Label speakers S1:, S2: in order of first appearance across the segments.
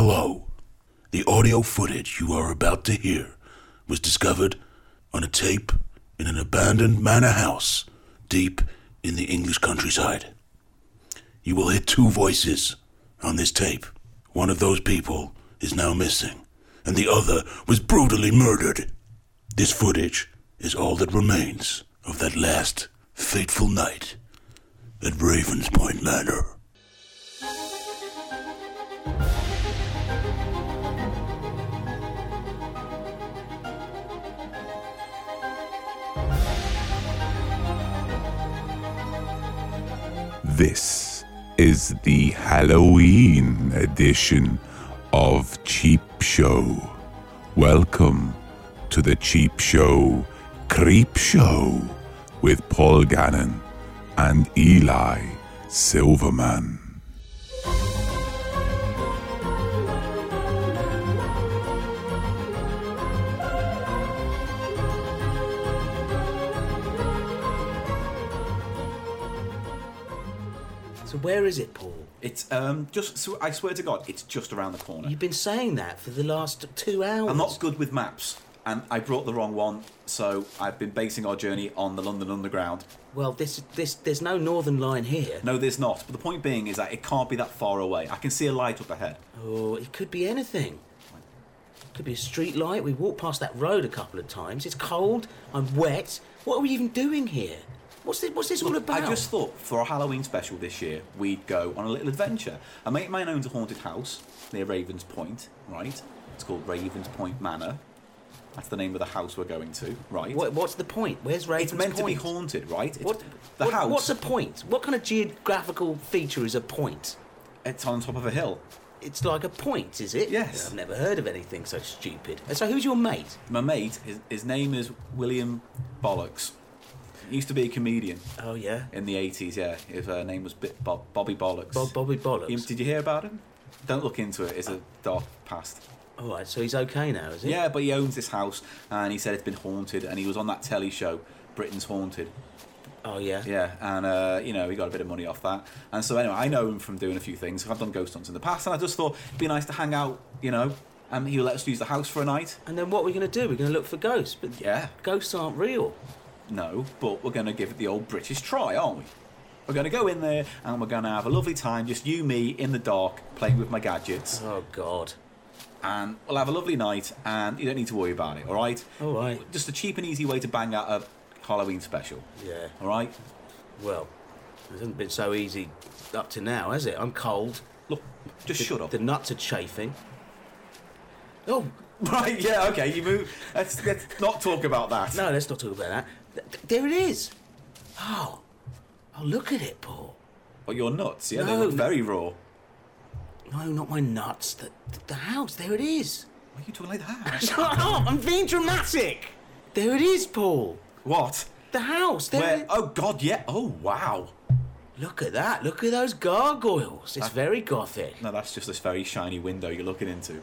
S1: Hello. The audio footage you are about to hear was discovered on a tape in an abandoned manor house deep in the English countryside. You will hear two voices on this tape. One of those people is now missing, and the other was brutally murdered. This footage is all that remains of that last fateful night at Ravenspoint Manor.
S2: This is the Halloween edition of Cheap Show. Welcome to the Cheap Show Creep Show with Paul Gannon and Eli Silverman.
S3: So where is it, Paul?
S4: It's um just so I swear to God, it's just around the corner.
S3: You've been saying that for the last two hours.
S4: I'm not good with maps, and I brought the wrong one, so I've been basing our journey on the London Underground.
S3: Well, this this there's no northern line here.
S4: No, there's not. But the point being is that it can't be that far away. I can see a light up ahead.
S3: Oh, it could be anything. It could be a street light. We walked past that road a couple of times. It's cold. I'm wet. What are we even doing here? What's this, what's this all about?
S4: I just thought for our Halloween special this year, we'd go on a little adventure. A mate of mine owns a haunted house near Ravens Point, right? It's called Ravens Point Manor. That's the name of the house we're going to, right?
S3: What, what's the point? Where's Raven's
S4: it's meant to be
S3: point?
S4: haunted, right? It's
S3: What,
S4: the
S3: what-
S4: house.
S3: What's a point? What kind of geographical feature is a point?
S4: It's on top of a hill.
S3: It's like a point, is it?
S4: Yes.
S3: I've never heard of anything so stupid. So who's your mate?
S4: My mate, his, his name is William Bollocks. He used to be a comedian
S3: Oh yeah,
S4: in the 80s, yeah. His uh, name was Bit Bob, Bobby Bollocks.
S3: Bob, Bobby Bollocks.
S4: You- did you hear about him? Don't look into it, it's a dark past.
S3: All right, so he's okay now, is he?
S4: Yeah, but he owns this house and he said it's been haunted and he was on that telly show, Britain's Haunted.
S3: Oh yeah.
S4: Yeah, and uh, you know, he got a bit of money off that. And so anyway, I know him from doing a few things. I've done ghost hunts in the past and I just thought it'd be nice to hang out, you know, and he'll let us use the house for a night.
S3: And then what are we going to do? We're going to look for ghosts, but
S4: Yeah.
S3: ghosts aren't real.
S4: No, but we're going to give it the old British try, aren't we? We're going to go in there and we're going to have a lovely time, just you, me, in the dark, playing with my gadgets.
S3: Oh God.
S4: And we'll have a lovely night and you don't need to worry about it, all right?
S3: All right.
S4: Just a cheap and easy way to bang out a Halloween special.
S3: Yeah.
S4: All right?
S3: Well, it hasn't been so easy up to now, has it? I'm cold.
S4: Look, just
S3: The-
S4: shut up.
S3: The nuts are chafing. Oh
S4: Right, yeah, okay, you move. Let's, let's not talk about that.
S3: no, let's not talk about that. Th- th- there it is. Oh, oh look at it, Paul.
S4: But you're nuts, yeah? They
S3: No.
S4: look very raw.
S3: No, not my nuts. The, the house. There it is.
S4: Why are you talking like that?
S3: Shut up! I'm being dramatic. There it is, Paul.
S4: what?
S3: The house. There.
S4: Where?
S3: it-
S4: Oh, God, yeah. Oh, wow.
S3: Look at that! Look at those gargoyles. It's very gothic.
S4: No, that's just this very shiny window you're looking into.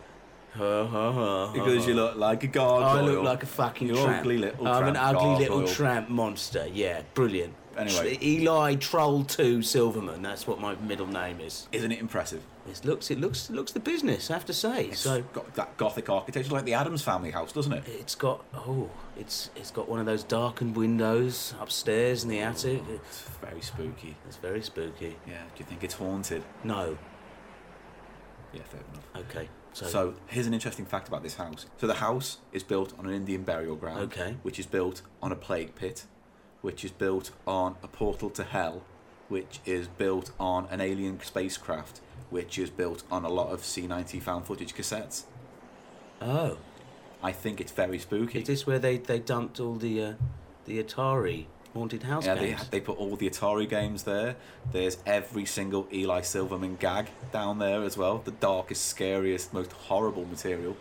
S3: I
S4: Because you look like a Uh-huh. gargoyle.
S3: look like a fucking
S4: you
S3: tramp.
S4: ugly little
S3: I'm an
S4: tramp
S3: ugly little
S4: gargoyle.
S3: tramp monster. Yeah, brilliant.
S4: Anyway.
S3: Tr- Eli Troll Two Silverman. That's what my middle name is.
S4: Isn't it impressive?
S3: It looks, it looks, it looks the business. I have to say. So
S4: got that gothic architecture like the Adams family house, doesn't it?
S3: it's got oh, it's it's got one of those darkened windows upstairs in the attic.
S4: It's very spooky.
S3: It's very spooky.
S4: Yeah, do you think it's haunted?
S3: No.
S4: Yeah, fair enough.
S3: Okay. So,
S4: So, here's an interesting fact about this house. So, the house is built on an Indian burial ground,
S3: Okay.
S4: which is built on a plague pit, which is built on a portal to hell, which is built on an alien spacecraft, which is built on a lot of C90 found footage cassettes.
S3: oh,
S4: I think it's very spooky.
S3: is this where they they dumped all the uh, the Atari haunted house
S4: Yeah, they,
S3: games?
S4: they put all the Atari games there. There's every single Eli Silverman gag down there as well. The darkest, scariest, most horrible material.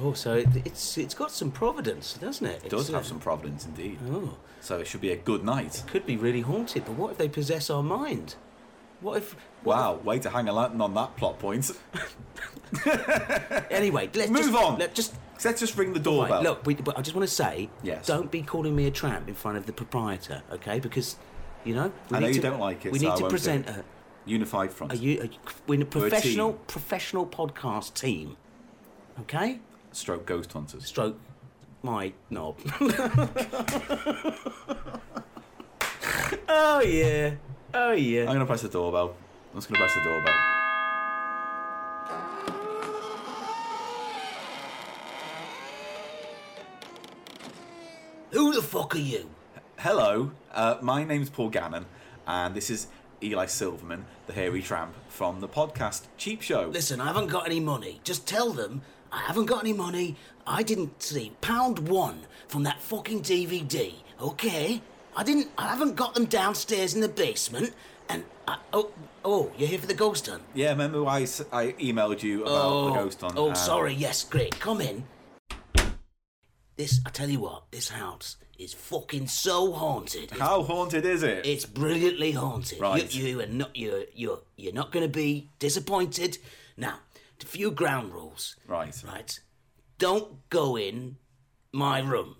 S3: Oh, so it, it's it's got some providence, doesn't it?
S4: It does
S3: It's,
S4: have
S3: uh,
S4: some providence indeed.
S3: Oh,
S4: So it should be a good night.
S3: could be really haunted. But what if they possess our mind? What if? what
S4: Wow, way to hang a lantern on that plot point.
S3: if- anyway, let's
S4: Move
S3: just,
S4: on.
S3: Let, just
S4: Let's just ring the
S3: right,
S4: doorbell.
S3: look. We, but I just want to say,
S4: Yes.
S3: don't be calling me a tramp in front of the proprietor, okay? Because you know, we
S4: I
S3: need
S4: know you
S3: to-
S4: don't like it,
S3: We
S4: so
S3: need
S4: I
S3: to
S4: won't do
S3: present
S4: it.
S3: her.
S4: Unified front.
S3: Are you? Are you we're in a
S4: We're a
S3: professional,
S4: team.
S3: professional podcast team. Okay.
S4: Stroke ghost hunters.
S3: Stroke my knob. oh yeah. Oh yeah.
S4: I'm gonna press the doorbell. I'm just gonna press the doorbell.
S3: Who the fuck are you?
S4: Hello, uh, my name's Paul Gannon, and this is Eli Silverman, the hairy tramp from the podcast Cheap Show.
S3: Listen, I haven't got any money. Just tell them I haven't got any money. I didn't see pound one from that fucking DVD. Okay, I didn't. I haven't got them downstairs in the basement. And I, oh, oh, you're here for the ghost hunt.
S4: Yeah, remember I, s- I emailed you about
S3: oh,
S4: the ghost on.
S3: Oh,
S4: uh,
S3: sorry. Yes, great. Come in. This, I tell you what, this house is fucking so haunted. It's
S4: How haunted is it?
S3: It's brilliantly haunted.
S4: Right.
S3: You, you are not you you you're not going to be disappointed. Now, a few ground rules.
S4: Right.
S3: Right. Don't go in my room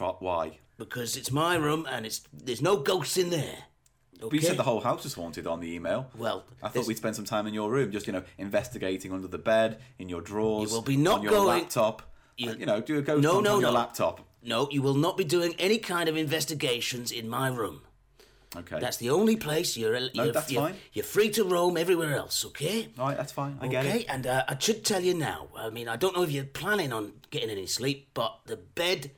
S4: Right, Why?
S3: because it's my room and it's there's no ghosts in there. Okay.
S4: We said the whole house was haunted on the email.
S3: Well,
S4: I thought
S3: this-
S4: we'd spend some time in your room, just you know, investigating under the bed, in your drawers,
S3: You will be not
S4: on your
S3: going-
S4: laptop.
S3: You-
S4: You... know, do a ghost
S3: No,
S4: hunt
S3: no,
S4: on your
S3: no.
S4: laptop.
S3: No, you will not be doing any kind of investigations in my room.
S4: Okay,
S3: That's the only place you're you're,
S4: that's
S3: you're,
S4: fine.
S3: you're free to roam everywhere else, okay?
S4: all right. That's fine. I get
S3: okay,
S4: it.
S3: and uh, I should tell you now. I mean, I don't know if you're planning on getting any sleep, but the bed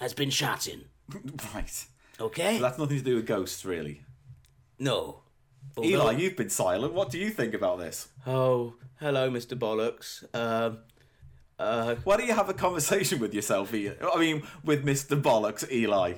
S3: has been shatting.
S4: Right.
S3: Okay?
S4: But that's nothing to do with ghosts, really.
S3: no.
S4: Eli,
S3: Although-
S4: you've been silent. What do you think about this?
S3: Oh, hello, Mr. Bollocks. Um, uh,
S4: Why don't you have a conversation with yourself, Eli? I mean, with Mr. Bollocks, Eli.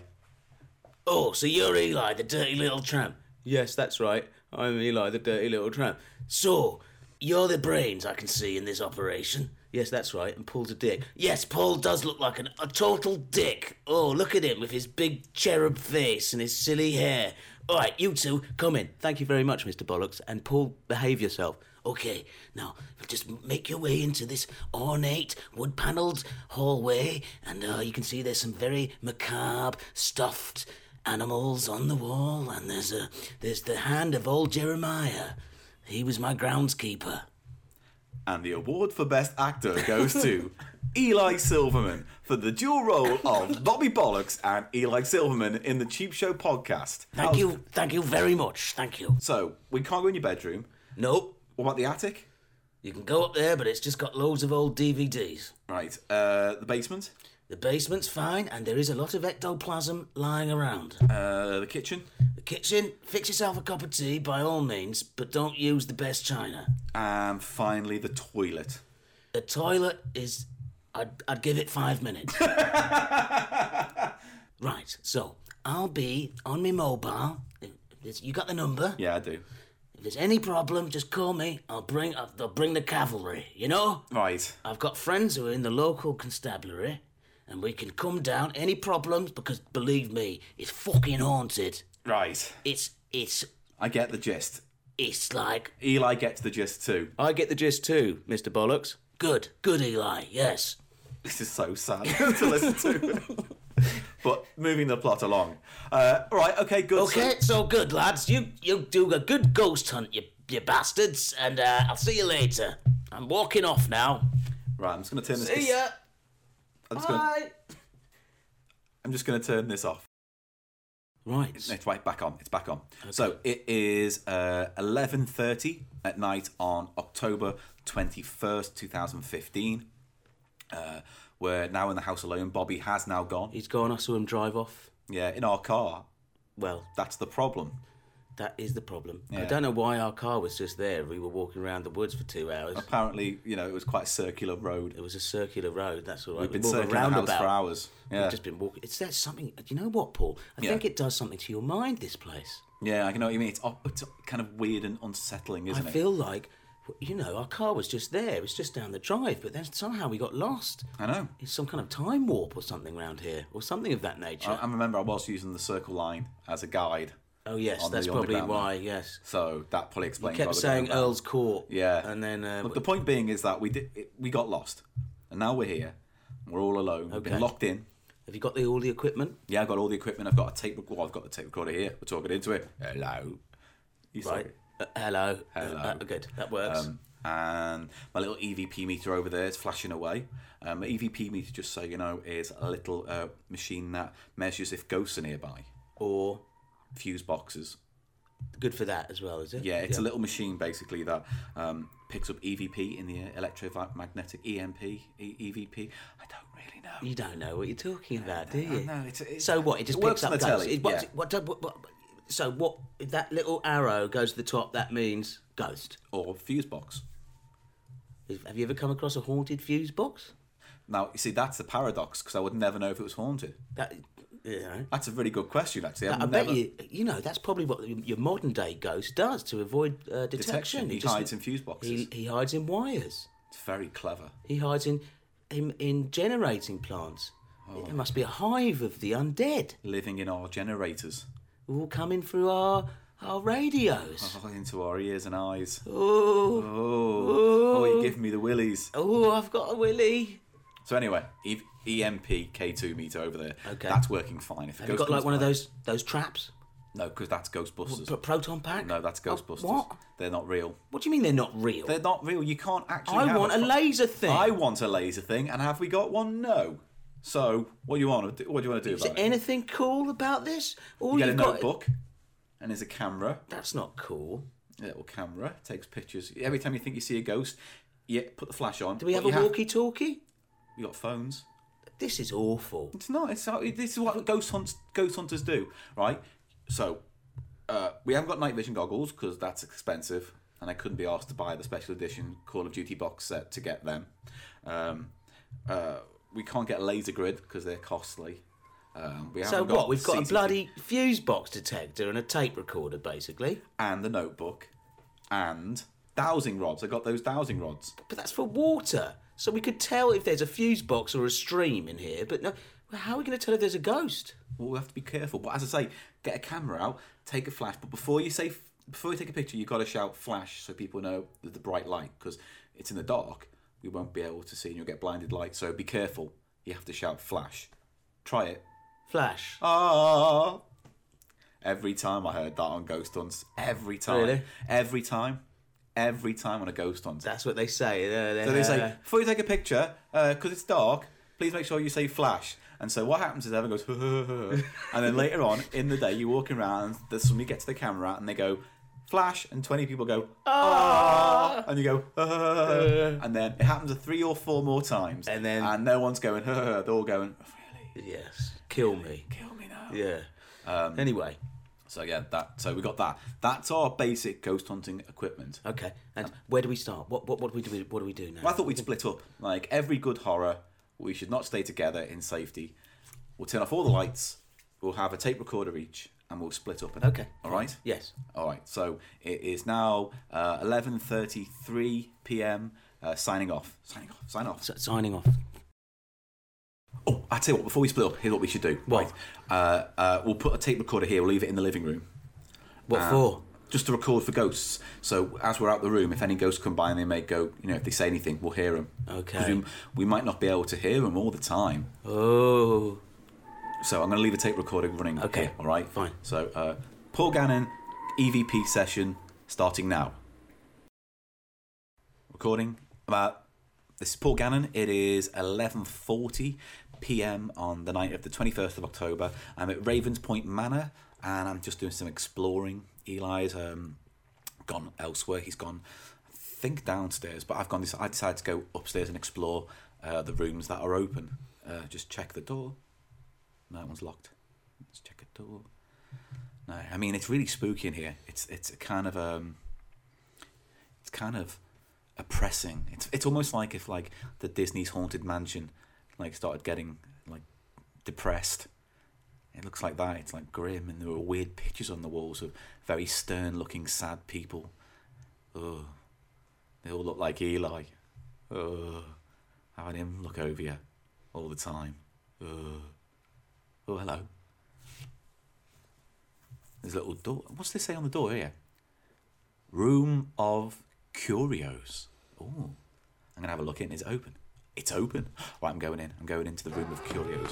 S3: oh, so you're Eli, the dirty little tramp. Yes, that's right. I'm Eli, the dirty little tramp. So, you're the brains I can see in this operation. Yes, that's right. And Paul's a dick. Yes, Paul does look like an, a total dick. Oh, look at him with his big cherub face and his silly hair. All right, you two, come in. Thank you very much, Mr. Bollocks. And Paul, behave yourself. Okay, now just make your way into this ornate wood panelled hallway, and uh, you can see there's some very macabre stuffed animals on the wall, and there's a there's the hand of old Jeremiah. He was my groundskeeper.
S4: And the award for Best Actor goes to Eli Silverman for the dual role of Bobby Bollocks and Eli Silverman in the Cheap Show podcast.
S3: Thank you, thank you very much. Thank you.
S4: So, we can't go in your bedroom.
S3: Nope,
S4: What about the attic?
S3: you can go up there, but it's just got loads of old DVDs.
S4: Right, uh, the basement,
S3: The basement's fine, and there is a lot of ectoplasm lying around.
S4: uh, the kitchen,
S3: The kitchen, fix yourself a cup of tea by all means, but don't use the best china.
S4: and finally the toilet.
S3: The toilet is. I'd, I'd give it five minutes. right, so I'll be on my mobile. If there's- You got the number?
S4: Yeah, I do.
S3: If there's any problem, just call me. I'll bring. I'll, they'll bring the cavalry. You know.
S4: Right.
S3: I've got friends who are in the local constabulary, and we can come down any problems because believe me, it's fucking haunted.
S4: Right.
S3: It's it's
S4: I get the gist.
S3: it's like
S4: Eli gets the gist too.
S3: I get the gist too, Mr. Bollocks. Good, good, Eli. Yes.
S4: This is so sad to listen to. but moving the plot along. Uh, right, okay, good. So-
S3: Okay, so good, lads. You you do a good ghost hunt, you you bastards, and uh, I'll see you later. I'm walking off now.
S4: Right, I'm just going to turn this.
S3: See ya.
S4: I'm just gonna,
S3: Bye.
S4: I'm just going to turn this off.
S3: Right.
S4: It's right back on. It's back on. So it is uh, 11:30 at night on October 21st, 2015. Uh, we're now in the house alone. Bobby has now gone.
S3: He's gone. I saw him drive off.
S4: Yeah, in our car.
S3: Well,
S4: That's the problem.
S3: that is the problem. I
S4: Yeah.
S3: don't know why our car was just there. We were walking around the woods for two hours.
S4: Apparently, you know, it was quite a circular road.
S3: It was a circular road. That's all right.
S4: We've been
S3: More of a
S4: circling the house
S3: roundabout.
S4: for hours. Yeah,
S3: We've just been walking. It's that's something. You know what, Paul? I
S4: Yeah.
S3: think it does something to your mind. This place.
S4: yeah. I know what you mean. It's, op- it's kind of weird and unsettling, isn't
S3: I
S4: it?
S3: feel like, you know, our car was just there. It was just down the drive, but then somehow we got lost.
S4: I know.
S3: It's some kind of time warp or something round here, or something of that nature.
S4: I, I remember I was using the circle line as a guide,
S3: oh yes,
S4: on the
S3: that's probably
S4: underground
S3: why. Yes,
S4: so that probably explains. why
S3: kept
S4: we're
S3: saying
S4: going round.
S3: Earl's Court.
S4: Yeah.
S3: and then uh,
S4: But the point being is that we did it, we got lost, and now we're here. We're all alone. We've been
S3: Okay.
S4: locked in.
S3: have you got the, all the equipment?
S4: Yeah, I got all the equipment. I've got a tape recorder. Well, I've got the tape recorder here. We're talking into it. Hello. You
S3: Right. Uh, hello.
S4: Hello.
S3: Uh, good. That works.
S4: Um, and my little EVP meter over there is flashing away. Um, EVP meter, just so you know, is a little uh, machine that measures if ghosts are nearby or fuse boxes.
S3: good for that as well, is it?
S4: Yeah, it's a little machine basically that um, picks up EVP in the electromagnetic EMP, e- EVP. I don't really know.
S3: You don't know what you're talking about, do you?
S4: no, it's- it's-
S3: so what? It just
S4: it
S3: picks
S4: works
S3: up
S4: on the
S3: ghosts.
S4: telly,
S3: It- what-
S4: yeah.
S3: what- what- what- so what? If that little arrow goes to the top. That means ghost.
S4: Or fuse box.
S3: Is- Have you ever come across a haunted fuse box?
S4: Now, you see, that's the paradox because I would never know if it was haunted.
S3: That you know.
S4: That's a really good question, actually. I've
S3: I
S4: never
S3: bet you, you know, that's probably what your modern day ghost does to avoid uh, detection.
S4: detection. He
S3: just-
S4: hides in fuse
S3: He,
S4: boxes.
S3: he hides in wires.
S4: It's very clever.
S3: He hides in in, in generating plants.
S4: Oh.
S3: There must be a hive of the undead
S4: Living in our generators,
S3: all coming through our our radios.
S4: Oh, into our ears and eyes. Oh,
S3: Oh,
S4: oh, you give me the willies.
S3: oh, I've got a willy.
S4: So anyway, E- EMP K2 meter over there.
S3: Okay.
S4: That's working fine. If a
S3: Have you
S4: ghost
S3: got like
S4: comes
S3: one of
S4: by-
S3: those those traps?
S4: No, because that's Ghostbusters.
S3: P- proton pack?
S4: No, that's
S3: Oh,
S4: Ghostbusters.
S3: what?
S4: They're not real.
S3: What do you mean they're not real?
S4: They're not real. You can't actually.
S3: I
S4: have
S3: want a
S4: fu-
S3: laser thing.
S4: I want a laser thing, and have we got one? No. So what do you want? to do- What do you want to do
S3: Is there
S4: about it?
S3: anything cool about this? All
S4: You get a
S3: you've got-
S4: notebook, and there's a camera.
S3: That's not cool.
S4: A little camera takes pictures. Every time you think you see a ghost, yeah, put the flash on.
S3: Do we have a walkie-talkie?
S4: We got phones.
S3: This is awful.
S4: It's not. It's not, this is what ghost hunts ghost hunters do, right? So uh, we haven't got night vision goggles because that's expensive, and I couldn't be asked to buy the special edition Call of Duty box set to get them. Um, uh, we can't get laser grid because they're costly. Um, we
S3: So
S4: haven't
S3: what? We've got a
S4: CCTV
S3: bloody fuse box detector and a tape recorder, basically.
S4: and the notebook and dowsing rods. I got those dowsing rods.
S3: But that's for water. So we could tell if there's a fuse box or a stream in here. But no, well, how are we going to tell if there's a ghost?
S4: Well, we have to be careful. But as I say, get a camera out, take a flash. But before you say, before you take a picture, you've got to shout flash so people know that the bright light because it's in the dark. We won't be able to see, and you'll get blinded light. So be careful. You have to shout flash. Try it.
S3: Flash.
S4: Oh. Ah! Every time I heard that on Ghost Hunts, every time,
S3: Really?
S4: every time, every time on a Ghost Hunt.
S3: That's what they say. Uh, They're-
S4: So they say,
S3: they're-
S4: before you take a picture, because it's dark, please make sure you say flash. And so what happens is everyone goes, and then later on in the day, you're walking around, there's somebody gets the camera out and they go, flash, and 20 people go, ah, and you go, "Ah," and then it happens three or four more times.
S3: And then-
S4: And no one's going, they're all going, really?
S3: yes. Kill me.
S4: Kill me now.
S3: Yeah.
S4: Um,
S3: anyway,
S4: So yeah, that. So we got that. That's our basic ghost hunting equipment.
S3: okay.
S4: um,
S3: And where do we start? What what what do we do? What do we do now?
S4: I thought we'd split up. Like every good horror, we should not stay together in safety. We'll turn off all the lights. We'll have a tape recorder each, and we'll split up.
S3: Okay.
S4: All right.
S3: Yes.
S4: All right. So it is now uh, eleven thirty-three p.m. Uh, signing off. Signing off. Sign off.
S3: So, signing off.
S4: Oh, I tell you what. Before we split up, here's what we should do.
S3: What?
S4: Right. Uh, uh, we'll put a tape recorder here. We'll leave it in the living room.
S3: What
S4: Uh,
S3: for?
S4: Just to record for ghosts. So as we're out the room, if any ghosts come by and they may go, you know, if they say anything, we'll hear them.
S3: Okay.
S4: We, we might not be able to hear them all the time.
S3: Oh.
S4: So I'm going to leave a tape recorder running.
S3: Okay.
S4: here, all right.
S3: Fine.
S4: So uh, Paul Gannon, EVP session starting now. Recording about this is Paul Gannon. It is 11:40 p.m. on the night of the 21st of October. I'm at Ravens Point Manor, and I'm just doing some exploring. Eli's um, gone elsewhere. He's gone, I think downstairs, but I've gone. This I decided to go upstairs and explore uh, the rooms that are open. Uh, just check the door. No, that one's locked. Let's check a door. No, I mean it's really spooky in here. It's it's a kind of um, it's kind of oppressing. It's it's almost like if like the Disney's Haunted Mansion like started getting like depressed. It looks like that. It's like grim, and there were weird pictures on the walls of very stern-looking, sad people. Ugh. They all look like Eli. Ugh. Having him look over you all the time. Ugh. Oh, hello. There's a little door. What's this say on the door here? Room of Curios. Oh, I'm going to have a look in. Is it open? It's open. Right, I'm going in. I'm going into the Room of Curios.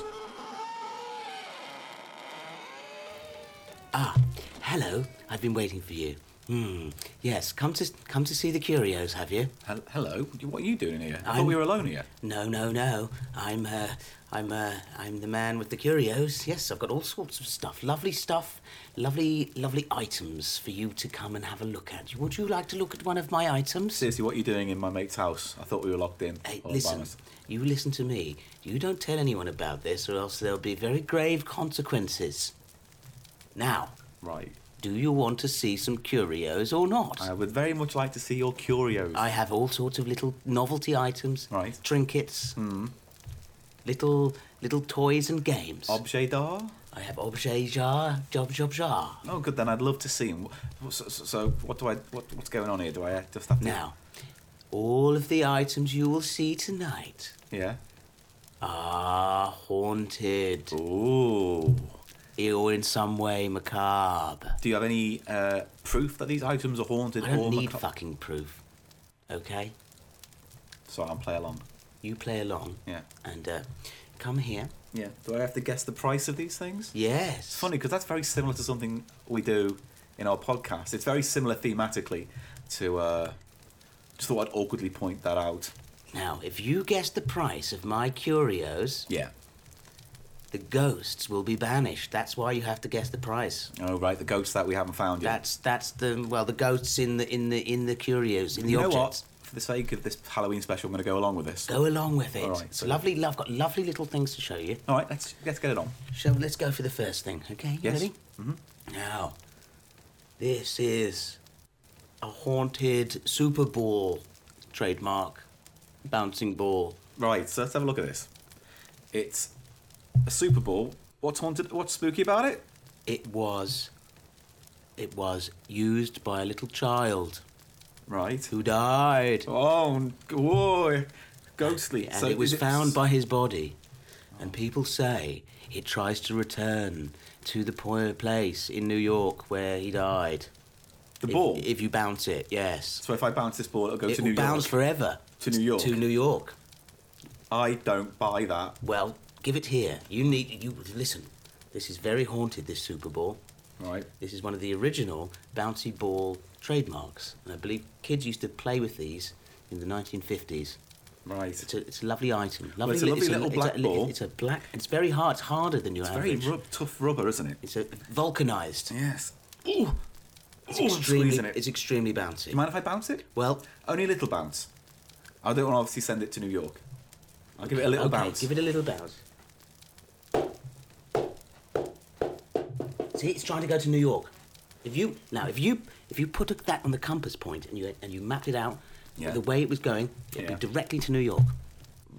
S3: Hello. I've Ah, been waiting for you. Hmm. Yes, come to come to see the curios, have you?
S4: Hel- Hello, what are you doing here? I thought
S3: I'm-
S4: we were alone here.
S3: No, no, no. I'm uh, I'm uh, I'm the man with the curios. Yes, I've got all sorts of stuff, lovely stuff, lovely lovely items for you to come and have a look at. Would you like to look at one of my items?
S4: Seriously, what are you doing in my mate's house? I thought we were locked in.
S3: Hey,
S4: all by
S3: listen,
S4: myself.
S3: you listen to me. You don't tell anyone about this, or else there'll be very grave consequences. Now,
S4: Right.
S3: do you want to see some curios or not?
S4: I would very much like to see your curios.
S3: I have all sorts of little novelty items,
S4: Right. Hmm.
S3: trinkets, little little toys and games.
S4: Objet d'art?
S3: I have objet jar, job job jar.
S4: Oh, good then. I'd love to see him. So, so, so what do I? What, what's going on here? Do I uh, just have to?
S3: Now, all of the items you will see tonight
S4: Yeah.
S3: are haunted
S4: Ooh.
S3: or in some way macabre.
S4: Do you have any uh, proof that these items are haunted
S3: I don't
S4: or
S3: need
S4: maca-
S3: fucking proof. Okay?
S4: So I'll play along.
S3: You play along
S4: Yeah.
S3: and uh, come here.
S4: Yeah. Do I have to guess the price of these things?
S3: Yes.
S4: It's funny because that's very similar to something we do in our podcast. It's very similar thematically to. Uh, just thought I'd awkwardly point that out.
S3: Now, if you guess the price of my curios,
S4: Yeah.
S3: the ghosts will be banished. That's why you have to guess the price.
S4: Oh right, the ghosts that we haven't found yet.
S3: That's that's the well the ghosts in the in the in the curios in the
S4: you know
S3: objects.
S4: what? For the sake of this Halloween special, I'm going to go along with this.
S3: Go along with it.
S4: All right,
S3: it's
S4: so-
S3: lovely. I've got lovely little things to show you.
S4: All right, let's let's get it on.
S3: So let's go for the first thing. Okay,
S4: Yes.
S3: ready? Mm-hmm. Now, this is a haunted Super Ball trademark bouncing ball.
S4: Right, so let's have a look at this. It's a Super Bowl. What's haunted? What's spooky about it?
S3: It was, it was used by a little child
S4: Right.
S3: who died,
S4: Oh, n- whoa, ghostly.
S3: and it was
S4: is
S3: found by his body. And people say it tries to return to the po- place in New York where he died.
S4: the
S3: If-
S4: ball.
S3: If, you bounce it, yes.
S4: so if I bounce this ball, it'll go
S3: it
S4: to
S3: will
S4: New
S3: bounce
S4: York.
S3: forever.
S4: To New York.
S3: To New York.
S4: I don't buy that.
S3: Well, give it here. You need you listen. This is very haunted. This Super Ball.
S4: Right.
S3: This is one of the original bouncy ball trademarks, and I believe kids used to play with these in the 1950s.
S4: Right. It's,
S3: It's a, it's a lovely item. Lovely,
S4: it's a
S3: li-
S4: lovely little
S3: it's
S4: black
S3: li-
S4: ball.
S3: It's a black. It's very hard. It's harder than your
S4: very
S3: average.
S4: rub- tough rubber, isn't it?
S3: it's a vulcanized.
S4: Yes. Ooh.
S3: It's
S4: Ooh, I'm
S3: extremely.
S4: squeezing it.
S3: It's extremely
S4: Do you
S3: bouncy.
S4: mind if I bounce it?
S3: Well,
S4: Only a little bounce. I don't want to obviously send it to New York. I'll give it a little
S3: okay,
S4: bounce.
S3: Give it a little bounce. See, it's trying to go to New York. If you now, if you if you put that on the compass point and you and you mapped it out,
S4: Yeah.
S3: the way it was going, it'd
S4: Yeah.
S3: be directly to New York.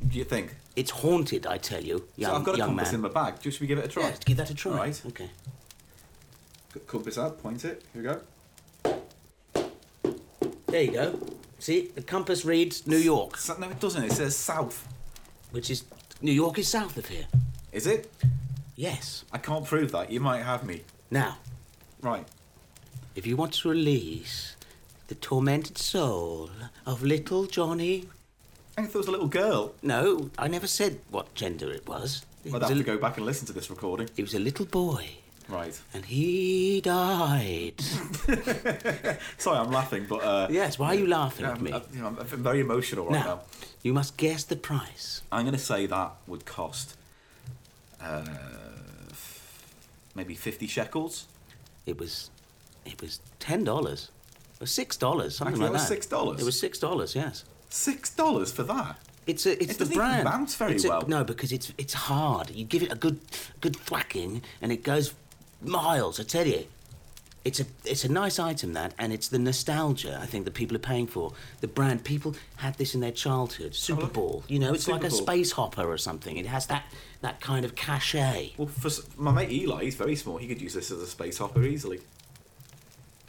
S4: Do you think?
S3: It's haunted, I tell you, young
S4: so I've got a
S3: young
S4: compass
S3: man.
S4: in my bag. Just should we give it a try?
S3: yeah, give that a try.
S4: Right.
S3: Okay.
S4: C- compass out, point it. Here we go.
S3: There you go. See, the compass reads New York,
S4: So- no, it doesn't. It says south.
S3: which is New York is south of here.
S4: Is it?
S3: Yes.
S4: I can't prove that. You might have me.
S3: Now,
S4: Right.
S3: If you want to release the tormented soul of little Johnny.
S4: I thought it was a little girl.
S3: No, I never said what gender it was. It,
S4: I'd
S3: was,
S4: have
S3: a,
S4: to go back and listen to this recording.
S3: it was a little boy,
S4: Right.
S3: and he died.
S4: Sorry, I'm laughing, but uh,
S3: yes, why are you laughing at
S4: I'm,
S3: me?
S4: I'm, you know, I'm- I'm very emotional right now.
S3: now, you must guess the price.
S4: I'm going to say that would cost uh, f- maybe 50 shekels.
S3: It was, it was ten dollars, or six dollars, something
S4: Actually,
S3: like
S4: that was
S3: that.
S4: $6?
S3: It was six dollars. Yes.
S4: Six dollars for that?
S3: It's a, it's
S4: It
S3: the
S4: doesn't even
S3: brand.
S4: bounce very
S3: It's a-
S4: well.
S3: No, because it's it's hard. You give it a good good whacking, and it goes miles. I tell you, it's a it's a nice item that, and it's the nostalgia. I think that people are paying for the brand. People had this in their childhood. Super
S4: Oh, look.
S3: Bowl, you know, it's like a
S4: Super Bowl.
S3: space hopper or something. It has that that kind of cachet.
S4: Well, for s- my mate Eli, he's very small. He could use this as a space hopper easily.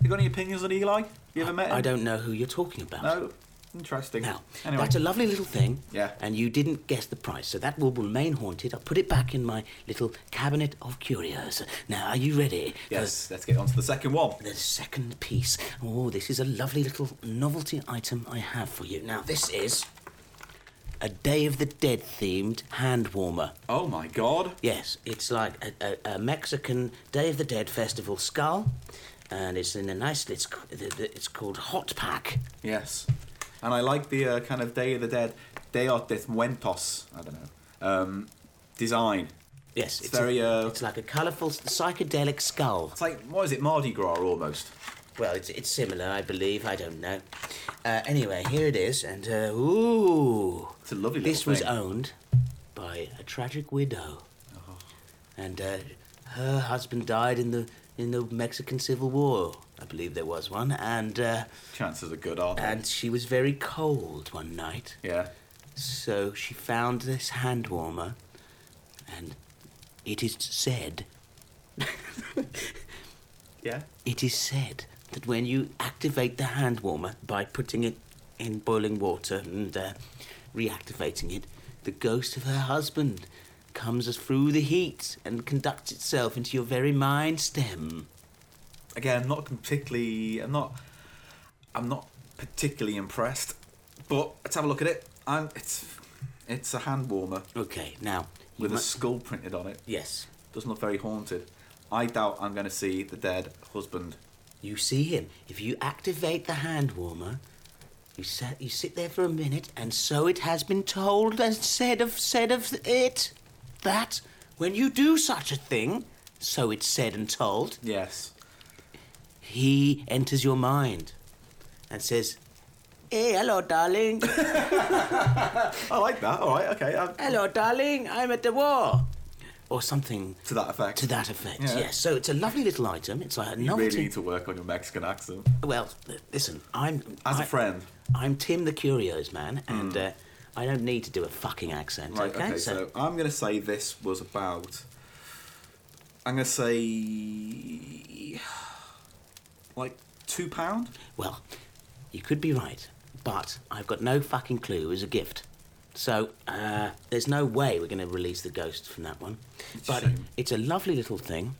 S4: You got any opinions on Eli? You ever met him?
S3: I don't know who you're talking about.
S4: No. Interesting.
S3: Now,
S4: anyway.
S3: that's a lovely little thing.
S4: Yeah.
S3: And you didn't guess the price, so that will remain haunted. I'll put it back in my little cabinet of curios. Now, are you ready? for
S4: Yes, let's get on to the second one.
S3: The second piece. Oh, this is a lovely little novelty item I have for you. Now, this is a Day of the Dead themed hand warmer.
S4: Oh my god.
S3: Yes, it's like a, a, a Mexican Day of the Dead festival skull, and it's in a nice. It's c- the- the- it's called Hot Pack.
S4: Yes. And I like the uh, kind of Day of the Dead, Día de Muertos, I don't know, um, design.
S3: Yes, it's,
S4: very,
S3: a-
S4: uh,
S3: It's like a colourful s- psychedelic skull.
S4: It's like, what is it, Mardi Gras almost?
S3: Well, it's it's similar, I believe. I don't know. Uh, anyway, here it is, and uh, ooh,
S4: It's a lovely
S3: this
S4: little
S3: was
S4: thing. Uh-huh.
S3: owned by a tragic widow, and uh, her husband died in the in the Mexican Civil War. I believe there was one, and uh,
S4: Chances are good, aren't they?
S3: and she was very cold one night.
S4: yeah.
S3: So she found this hand warmer, and it is said,
S4: Yeah.
S3: it is said that when you activate the hand warmer by putting it in boiling water and uh, reactivating it, the ghost of her husband comes as through the heat and conducts itself into your very mind stem.
S4: Again, I'm not particularly, I'm not, I'm not particularly impressed. But let's have a look at it. i it's, it's a hand warmer
S3: Okay, now you
S4: with a
S3: mu-
S4: skull printed on it.
S3: yes,
S4: Doesn't look very haunted. I doubt I'm going to see the dead husband.
S3: You see him. If you activate the hand warmer, you sat, you sit there for a minute, and so it has been told and said of said of it that when you do such a thing, so it's said and told,
S4: Yes.
S3: he enters your mind and says, "Hey, hello, darling.
S4: I like that. All right. Okay. Um, I'm,
S3: hello, darling. I'm at the war," or something
S4: to that effect.
S3: to that effect.
S4: Yeah.
S3: Yes. So it's a lovely little item. It's like a
S4: You
S3: novelty.
S4: really need to work on your Mexican accent.
S3: Well, listen, I'm
S4: As a
S3: I-
S4: friend. Hmm.
S3: I'm Tim the Curios man, and uh, I don't need to do a fucking accent.
S4: Right,
S3: okay,
S4: okay, so, I'm going to say this was about. I'm going to say. Like £2? pound?
S3: well, you could be right, but I've got no fucking clue. As a gift, so uh, there's no way we're going to release the ghost from that one.
S4: It's a
S3: but
S4: shame.
S3: it's a lovely little thing,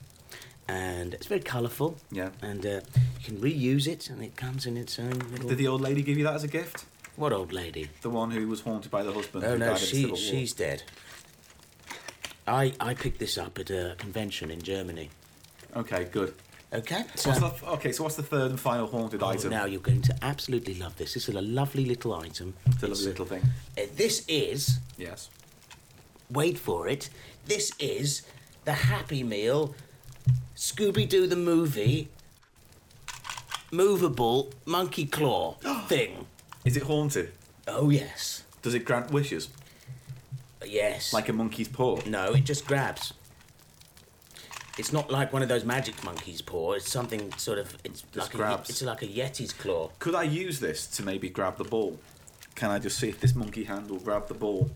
S3: and it's very colourful.
S4: Yeah.
S3: and uh, you can reuse it, and it comes in its own little.
S4: Did the old lady give you that as a gift?
S3: What old lady?
S4: The one who was haunted by the husband.
S3: Oh
S4: who
S3: no,
S4: died in the Civil
S3: she
S4: War?
S3: she's dead. I I picked this up at a convention in Germany.
S4: Okay, good.
S3: Okay. So,
S4: What's the, okay, so what's the third and final haunted
S3: Oh,
S4: item?
S3: now you're going to absolutely love this. This is a lovely little item.
S4: It's a lovely little thing.
S3: Uh, this is
S4: Yes.
S3: wait for it. This is the Happy Meal, Scooby Doo the movie, movable monkey claw thing.
S4: Is it haunted?
S3: Oh yes,
S4: Does it grant wishes?
S3: yes.
S4: Like a monkey's paw?
S3: No, it just grabs. It's not like one of those magic monkeys' paw. It's something sort of. It's like
S4: grabs.
S3: A, it's like a yeti's claw.
S4: Could I use this to maybe grab the ball? Can I just see if this monkey hand will grab the ball?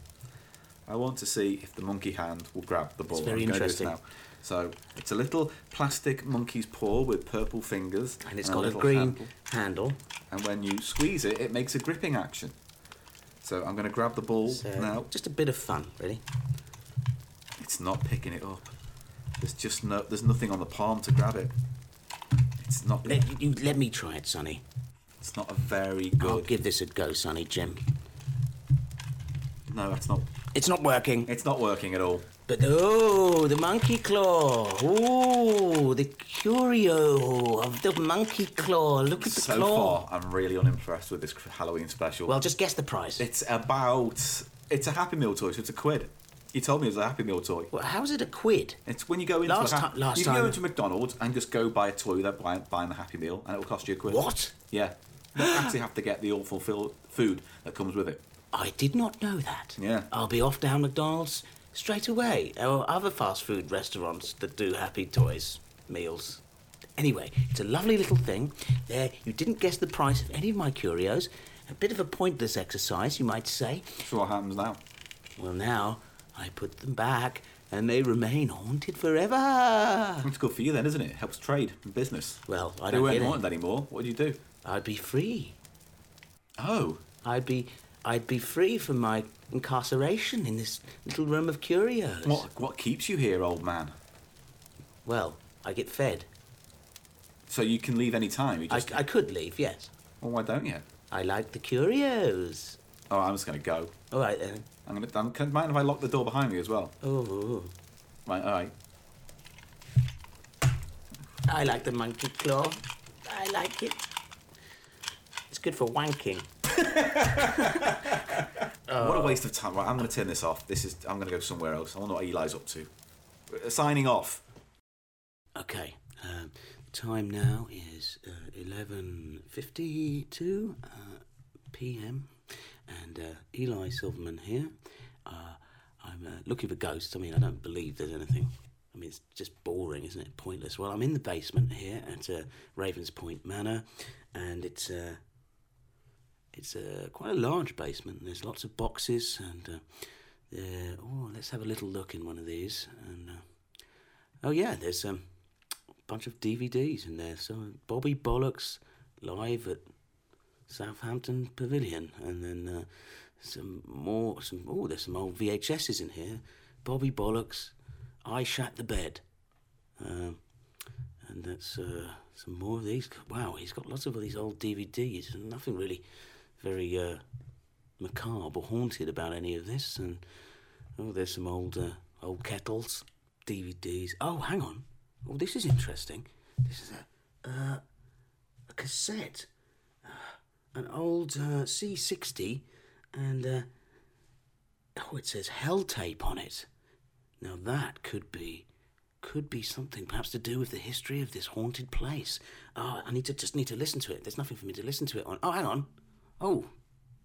S4: I want to see if the monkey hand will grab the ball.
S3: very
S4: I'm gonna do this
S3: interesting.
S4: now. So it's a little plastic monkey's paw with purple fingers,
S3: And it's got a
S4: little
S3: green handle.
S4: handle. And when you squeeze it, it makes a gripping action. So I'm going to grab the ball
S3: So
S4: Oh, now.
S3: just a bit of fun, really.
S4: It's not picking it up. There's just no. There's nothing on the palm to grab it. It's not.
S3: Let, you, let me try it, Sonny.
S4: It's not a very
S3: I'll
S4: good.
S3: give this a go, Sonny Jim.
S4: No, that's not.
S3: It's not working.
S4: It's not working at all.
S3: But oh, the monkey claw! Oh, the curio of the monkey claw! Look at the
S4: So
S3: claw.
S4: far, I'm really unimpressed with this Halloween special.
S3: Well, just guess the price.
S4: it's about it's a Happy Meal toy, so it's a quid. You told me it was a Happy Meal toy.
S3: Well, how is it a quid?
S4: It's when you go into
S3: Last
S4: a ha-
S3: ti- last
S4: you can
S3: time-
S4: go into McDonald's and just go buy a toy without buying, buying the Happy Meal, and it will cost you a quid.
S3: What?
S4: Yeah, you actually have to get the awful fil- food that comes with it.
S3: I did not know that.
S4: Yeah.
S3: I'll be off down McDonald's straight away, or other fast food restaurants that do happy toys meals. Anyway, it's a lovely little thing. There, you didn't guess the price of any of my curios. A bit of a pointless exercise, you might say.
S4: So what happens now?
S3: Well, now I put them back, and they remain haunted forever.
S4: It's good for you then, isn't it? Helps trade and business.
S3: Well, I
S4: they
S3: don't
S4: weren't
S3: get it.
S4: haunted anymore. What do you do?
S3: I'd be free.
S4: Oh,
S3: I'd be, I'd be free from my incarceration in this little room of curios.
S4: what what keeps you here, old man?
S3: Well, I get fed.
S4: So you can leave any time. You
S3: I,
S4: just
S3: I could leave, yes.
S4: well, why don't you?
S3: I like the curios.
S4: Oh, I'm just gonna go.
S3: All right then.
S4: I'm gonna. I'm, can, mind if I lock the door behind me as well?
S3: Oh,
S4: Right. All right.
S3: I like the monkey claw. I like it. It's good for wanking.
S4: What a
S3: Uh,
S4: waste of time. Right, I'm going to turn this off. This is. I'm going to go somewhere else. I wonder what Eli's up to. Uh, Signing off.
S3: Okay. Um, time now is uh, eleven fifty-two uh, p.m. and uh, Eli Silverman here. Uh, I'm uh, looking for ghosts. I mean, I don't believe there's anything. I mean, it's just boring, isn't it? Pointless. Well, I'm in the basement here at uh, Ravens Point Manor, and it's. Uh, it's uh, quite a large basement. and There's lots of boxes, and uh, there. Oh, let's have a little look in one of these. And uh, oh yeah, there's um, a bunch of DVDs in there. So Bobby Bollocks live at Southampton Pavilion, and then uh, some more. Some oh, there's some old VHSs in here. Bobby Bollocks, I shat the bed. Um, and that's uh, some more of these. Wow, he's got lots of these old DVDs, and nothing really very uh, macabre or haunted about any of this. And oh, there's some old uh, old kettles, DVDs. Oh, hang on. Oh, this is interesting. This is a uh, a cassette, uh, an old uh, C60, and uh, oh, it says Hell Tape on it. Now that could be could be something perhaps to do with the history of this haunted place. Oh, I need to just need to listen to it. There's nothing for me to listen to it on. Oh, hang on. Oh,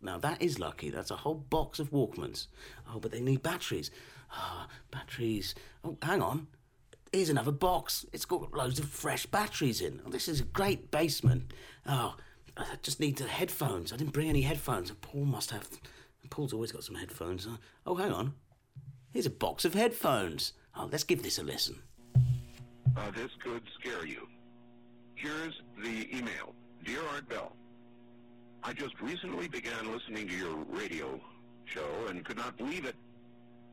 S3: now that is lucky. That's a whole box of Walkmans. Oh, but they need batteries. Ah, batteries. Oh, hang on. Here's another box. It's got loads of fresh batteries in. Oh, this is a great basement. Oh, I just need the headphones. I didn't bring any headphones. Paul must have. Paul's always got some headphones. Uh, Oh, hang on. Here's a box of headphones. Oh, let's give this a listen.
S5: Uh, this could scare you. Here's the email. Dear Art Bell, I just recently began listening to your radio show and could not believe it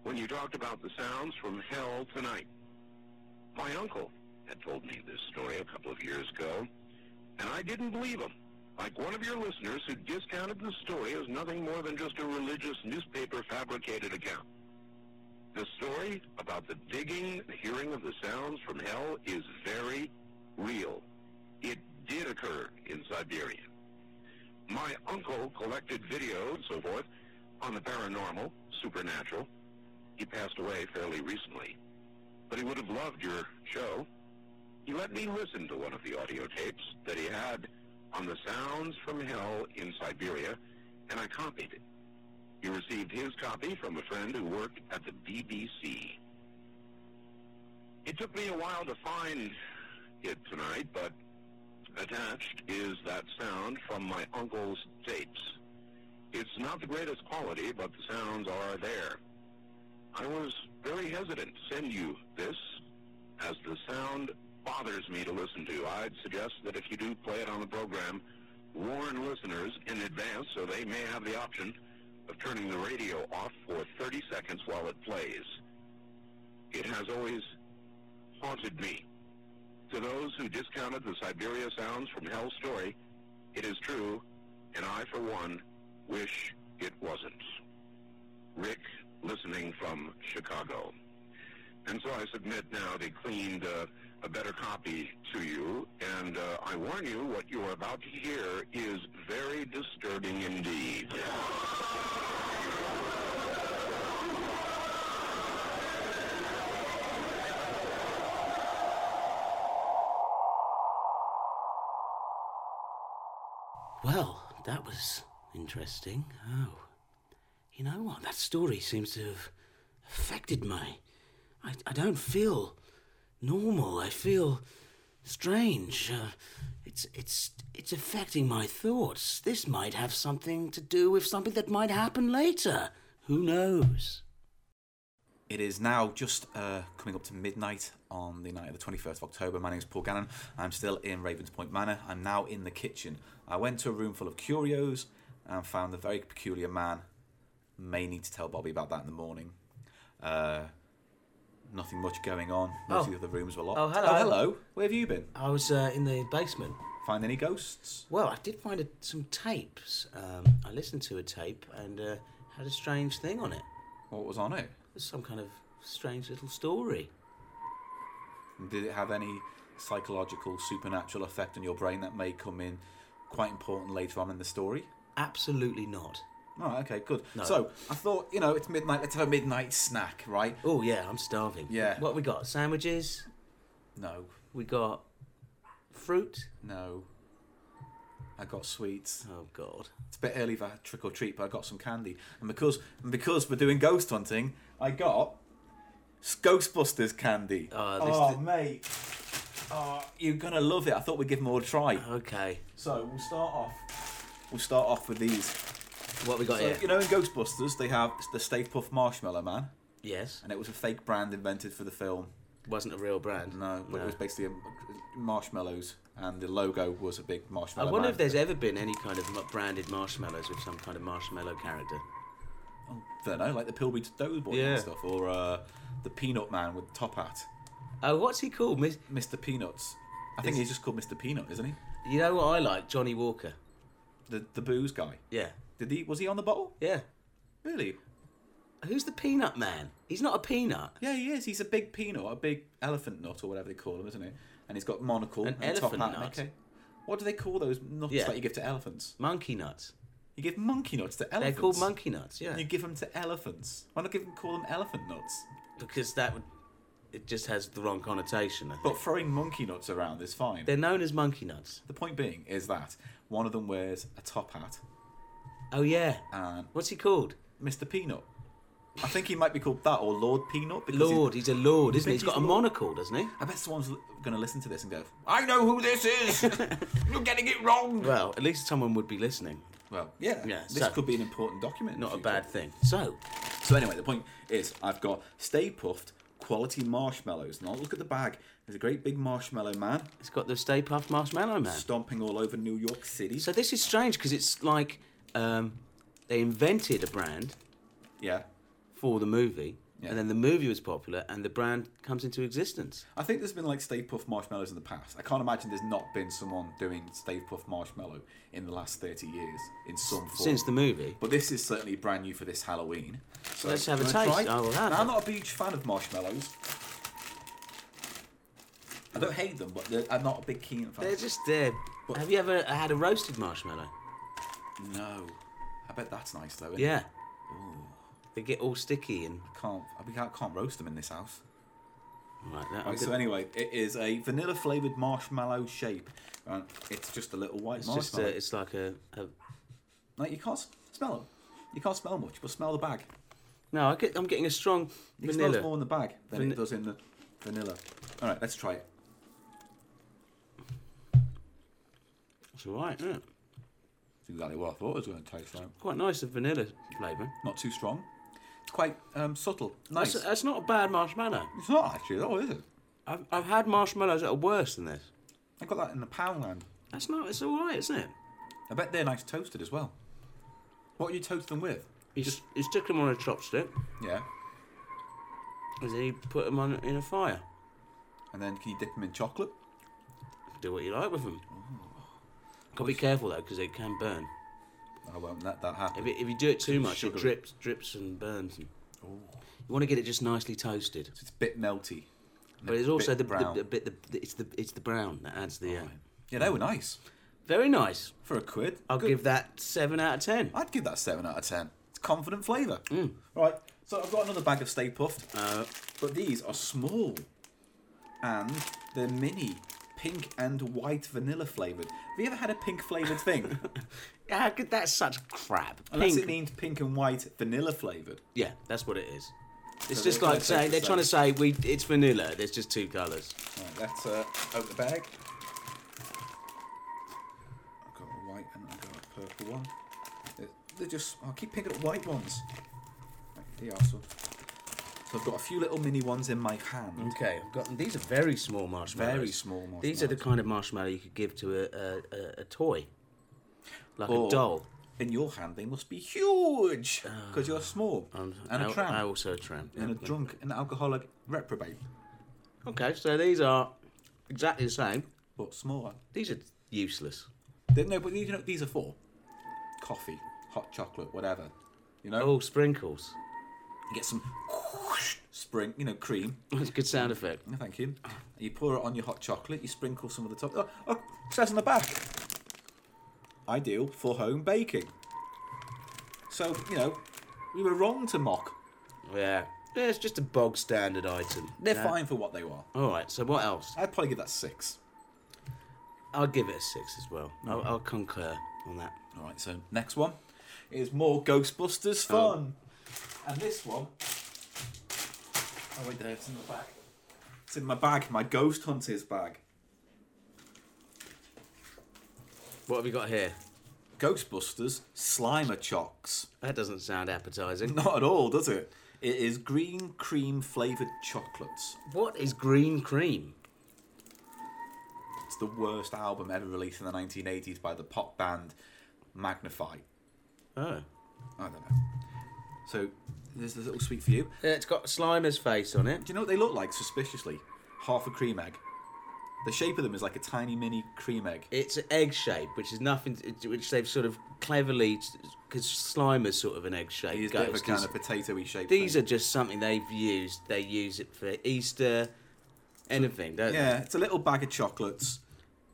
S5: when you talked about the sounds from hell tonight. My uncle had told me this story a couple of years ago, and I didn't believe him. Like one of your listeners who discounted the story as nothing more than just a religious newspaper fabricated account. The story about the digging and hearing of the sounds from hell is very real. It did occur in Siberia. My uncle collected videos and so forth on the paranormal, supernatural. He passed away fairly recently, but he would have loved your show. He let me listen to one of the audio tapes that he had on the sounds from hell in Siberia, and I copied it. He received his copy from a friend who worked at the BBC. It took me a while to find it tonight, but attached is that sound from my uncle's tapes. It's not the greatest quality, but the sounds are there. I was very hesitant to send you this, as the sound bothers me to listen to. I'd suggest that if you do play it on the program, warn listeners in advance so they may have the option of turning the radio off for 30 seconds while it plays. It has always haunted me. To those who discounted the Siberia sounds from Hell's story, it is true, and I, for one, wish it wasn't. Rick, listening from Chicago. And so I submit now the cleaned, uh, a better copy to you, and uh, I warn you, what you are about to hear is very disturbing indeed.
S3: Well, that was interesting. Oh. You know what? That story seems to have affected my. I, I don't feel normal. I feel strange. Uh, it's it's it's affecting my thoughts. This might have something to do with something that might happen later. Who knows?
S4: It is now just uh, coming up to midnight on the night of the 21st of October. My name is Paul Gannon. I'm still in Ravens Point Manor. I'm now in the kitchen. I went to a room full of curios and found a very peculiar man. May need to tell Bobby about that in the morning. Uh, nothing much going on. Most
S3: Oh.
S4: of the other rooms were locked.
S3: Oh, hello.
S4: Oh, hello. Where have you been?
S3: I was uh, in the basement.
S4: Find any ghosts?
S3: Well, I did find a, some tapes. Um, I listened to a tape and uh, had a strange thing on it.
S4: What was on it?
S3: It was some kind of strange little story.
S4: Did it have any psychological, supernatural effect on your brain that may come in quite important later on in the story.
S3: Absolutely not.
S4: All right, okay, good. So I thought, you know, it's midnight. Let's have a midnight snack, right?
S3: Oh yeah, I'm starving.
S4: Yeah.
S3: What we got? Sandwiches.
S4: No,
S3: We got fruit.
S4: no. I got sweets.
S3: Oh god.
S4: It's a bit early for trick or treat, but I got some candy. And because and because we're doing ghost hunting, I got s- Ghostbusters candy.
S3: Ah, this-
S4: oh, mate. Oh, you're gonna love it. I thought we'd give them all a try.
S3: Okay.
S4: So we'll start off. We'll start off with these.
S3: What we got
S4: So,
S3: here?
S4: you know, in Ghostbusters, they have the Stave Puff Marshmallow Man,
S3: yes.
S4: and it was a fake brand invented for the film.
S3: Wasn't a real brand.
S4: No, but it was basically a, marshmallows, and the logo was a big
S3: I
S4: marshmallow.
S3: wonder
S4: man.
S3: if there's ever been any kind of m- branded marshmallows with some kind of marshmallow character.
S4: don't know, like the Pilby Doughboy
S3: Yeah.
S4: and stuff, or uh, the Peanut Man with the top hat,
S3: Oh, what's he called? Miss-
S4: Mr. Peanuts. I think
S3: Is-
S4: he's just called Mr. Peanut, isn't he?
S3: You know what I like? Johnny Walker.
S4: The the booze guy.
S3: Yeah.
S4: Did he was he on the bottle?
S3: Yeah.
S4: Really?
S3: Who's the peanut man? He's not a peanut.
S4: Yeah, he is. He's a big peanut, a big elephant nut, or whatever they call him, isn't he? And he's got monocle
S3: An
S4: and a top hat.
S3: elephant
S4: and a
S3: nut?
S4: cape. What do they call those nuts
S3: Yeah.
S4: that you give to elephants?
S3: Monkey nuts.
S4: You give monkey nuts to
S3: They're
S4: elephants.
S3: called monkey nuts, yeah.
S4: You give them to elephants. Why not give them call them elephant nuts?
S3: Because that would. It just has the wrong connotation, I think.
S4: But throwing monkey nuts around is fine.
S3: They're known as monkey nuts.
S4: The point being is that one of them wears a top hat
S3: Oh, yeah.
S4: and
S3: What's he called?
S4: Mr. Peanut. I think he might be called that or Lord Peanut because he's-
S3: Lord. He's a lord, isn't he?
S4: think
S3: He's got
S4: he's
S3: a
S4: a lord.
S3: monocle, doesn't he?
S4: I bet someone's going to listen to this and go,
S1: I know who this is! You're getting it wrong!
S3: Well, at least someone would be listening.
S4: well, yeah,
S3: Yeah,
S4: this
S3: so-
S4: could be an important document. in the
S3: Not a
S4: future."
S3: bad thing. So,
S4: So anyway, the point is, I've got Stay Puffed quality marshmallows. Now look at the bag. There's a great big marshmallow man
S3: it's got the Stay Puft Marshmallow Man.
S4: stomping all over New York City.
S3: So this is strange because it's like um, they invented a brand
S4: yeah.
S3: for the movie,
S4: Yeah.
S3: and then the movie was popular, and the brand comes into existence.
S4: I think there's been like Stay Puff marshmallows in the past. I can't imagine there's not been someone doing Stay Puff marshmallow in the last 30 years in some form.
S3: Since the movie,
S4: But this is certainly brand new for this Halloween. So
S3: Let's have
S4: you
S3: a
S4: wanna
S3: taste. Oh, I will have
S4: Now, I'm
S3: it.
S4: not a huge fan of marshmallows. I don't hate them, but they're, I'm not a big keen fan.
S3: they're just there.
S4: But-
S3: Have you ever had a roasted marshmallow?
S4: No, I bet that's nice though. Isn't
S3: Yeah.
S4: it?
S3: They get all sticky and
S4: can't we can't, can't roast them in this house.
S3: like that. I'm
S4: Right, so
S3: good-
S4: anyway, it is a vanilla flavored marshmallow shape, and it's just a little white
S3: it's just uh,
S4: marshmallow.
S3: it's like a, a
S4: Like you can't s- smell them. You can't smell much, but smell the bag.
S3: no. I get, I'm getting a strong
S4: It
S3: vanilla.
S4: smells more in the bag than
S3: Vani-
S4: it does in the vanilla. All right, let's try it.
S3: It's all right. Yeah.
S4: It's exactly what I thought it was going to taste like.
S3: Quite nice the vanilla flavour.
S4: Not too strong. It's quite um, subtle. Nice.
S3: That's, that's not a bad marshmallow.
S4: It's not actually. Oh, is it?
S3: I've, I've had marshmallows that are worse than this.
S4: I got that in the Poundland.
S3: That's not. It's all right, isn't it?
S4: I bet they're nice toasted as well. What you toast them with?
S3: He just he stuck them on a chopstick
S4: Yeah.
S3: and then he put them on in a fire.
S4: And then can you dip them in chocolate?
S3: Do what you like with them. Got to be careful though, because they can burn.
S4: I won't let that happen.
S3: If, it, if you do it too much,
S4: sugary.
S3: it drips, drips and burns. You want to get it just nicely toasted,
S4: It's a bit melty.
S3: but it's also
S4: bit
S3: the, the,
S4: brown.
S3: the bit the, the- it's the it's the brown that adds the. Uh,
S4: Yeah, they were nice
S3: Very nice.
S4: for a quid.
S3: I'll
S4: Good.
S3: give that seven out of ten.
S4: I'd give that seven out of ten. It's confident flavour.
S3: Mm.
S4: Right. So I've got another bag of Stay Puffed,
S3: Uh.
S4: but these are small, and they're mini, pink and white vanilla flavoured. Have you ever had a pink flavoured thing?
S3: How could that's such crap?
S4: Unless
S3: Pink.
S4: it means pink and white vanilla flavoured.
S3: yeah, that's what it is. It's just
S4: So they're
S3: like
S4: trying to
S3: saying
S4: say
S3: they're
S4: the
S3: trying to say we it's vanilla. There's just two colours.
S4: Right, let's uh, open the bag. I've got a white and I've got a purple one. They're, they're just, I'll keep picking up white ones. Right, they are so. So I've got a few little mini ones in my hand.
S3: Okay, I've got these are very small marshmallows.
S4: Very small
S3: These are the
S4: marshmallows.
S3: kind of marshmallow you could give to a a, a, a toy, like
S4: Or,
S3: a doll.
S4: In your hand, they must be huge because you're small
S3: Um,
S4: and
S3: I,
S4: a tramp
S3: I also a tramp.
S4: and a
S3: yeah.
S4: drunk and alcoholic reprobate,
S3: Okay, so these are exactly the same.
S4: but smaller.
S3: These are useless.
S4: They- no, but you know these are for coffee, hot chocolate, whatever. You know,
S3: Oh, sprinkles.
S4: you get some spring, you know, cream.
S3: That's a good sound effect.
S4: No, Thank you. You pour it on your hot chocolate. You sprinkle some of the top. Oh, oh says on the back. Ideal for home baking. So you know, we were wrong to mock.
S3: Yeah. Yeah, it's just a bog standard item.
S4: They're
S3: Yeah.
S4: fine for what they are.
S3: All right. So what else?
S4: I'd probably give that six.
S3: I'll give it a six as well. I'll, I'll concur on that.
S4: All right. So next one is more Ghostbusters fun, and this one. Oh wait, there it's in the bag. It's in my bag. My ghost hunters bag.
S3: What have you got here?
S4: Ghostbusters Slimer Chocks.
S3: That doesn't sound appetizing.
S4: Not at all, does it? It is green cream flavoured chocolates.
S3: What is green cream?
S4: It's the worst album ever released in the 1980s by the pop band Magnify.
S3: Oh.
S4: I don't know. So, there's a little sweet for you. Do
S3: It's got Slimer's face on it.
S4: you know what they look like, suspiciously? Half a cream egg. The shape of them is like a tiny mini cream egg.
S3: It's an egg shape, which is nothing, which they've sort of cleverly, because Slimer's sort of an egg shape.
S4: It is a bit of a kind of potato-y shape.
S3: These are just something they've used. They use it for Easter, anything, don't
S4: Yeah, it's a little bag of chocolates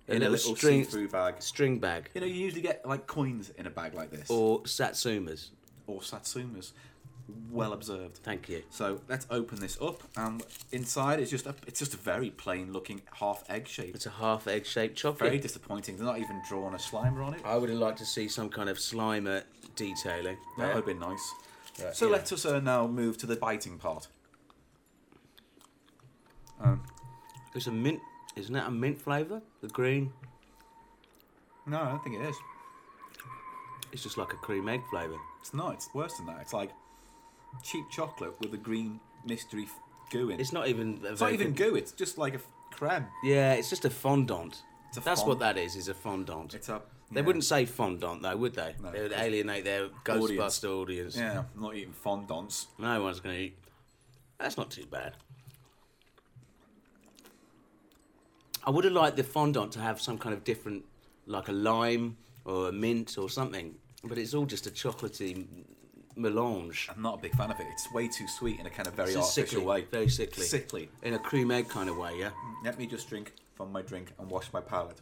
S3: they?
S4: in a little
S3: string,
S4: see-through bag.
S3: string bag.
S4: You know, you usually get like coins in a bag like this.
S3: Or Satsumas.
S4: or satsumas. Well observed.
S3: Thank you.
S4: So let's open this up, and inside it's just a it's just a very plain looking half egg shape.
S3: It's a half egg shaped chocolate.
S4: Very disappointing. They're not even drawn a slimer on it.
S3: I would have liked to see some kind of Slimer detailing.
S4: That would have been nice.
S3: Yeah,
S4: so
S3: yeah.
S4: let us uh, now move to the biting part.
S3: It's a mint, isn't that a mint flavour? The green?
S4: No, I don't think it is.
S3: It's just like a cream egg flavour.
S4: It's not. It's worse than that. It's like cheap chocolate with a green mystery f- goo in. it.
S3: It's not even. A
S4: It's not even goo. It's just like a f- creme.
S3: Yeah, it's just a fondant.
S4: It's a
S3: That's
S4: fond-
S3: what that is. Is a fondant.
S4: It's a.
S3: They
S4: yeah.
S3: wouldn't say fondant though, would they?
S4: No,
S3: they would
S4: 'cause-
S3: alienate their Ghostbuster audience.
S4: Yeah, I'm not eating fondants.
S3: No one's going to eat. That's not too bad. I would have liked the fondant to have some kind of different, like a lime or a mint or something, but it's all just a chocolatey m- melange.
S4: I'm not a big fan of it. It's way too sweet in a kind of very
S3: It's just
S4: artificial
S3: sickly,
S4: way.
S3: very sickly.
S4: Sickly.
S3: In a cream egg kind of way, yeah?
S4: Let me just drink from my drink and wash my palate.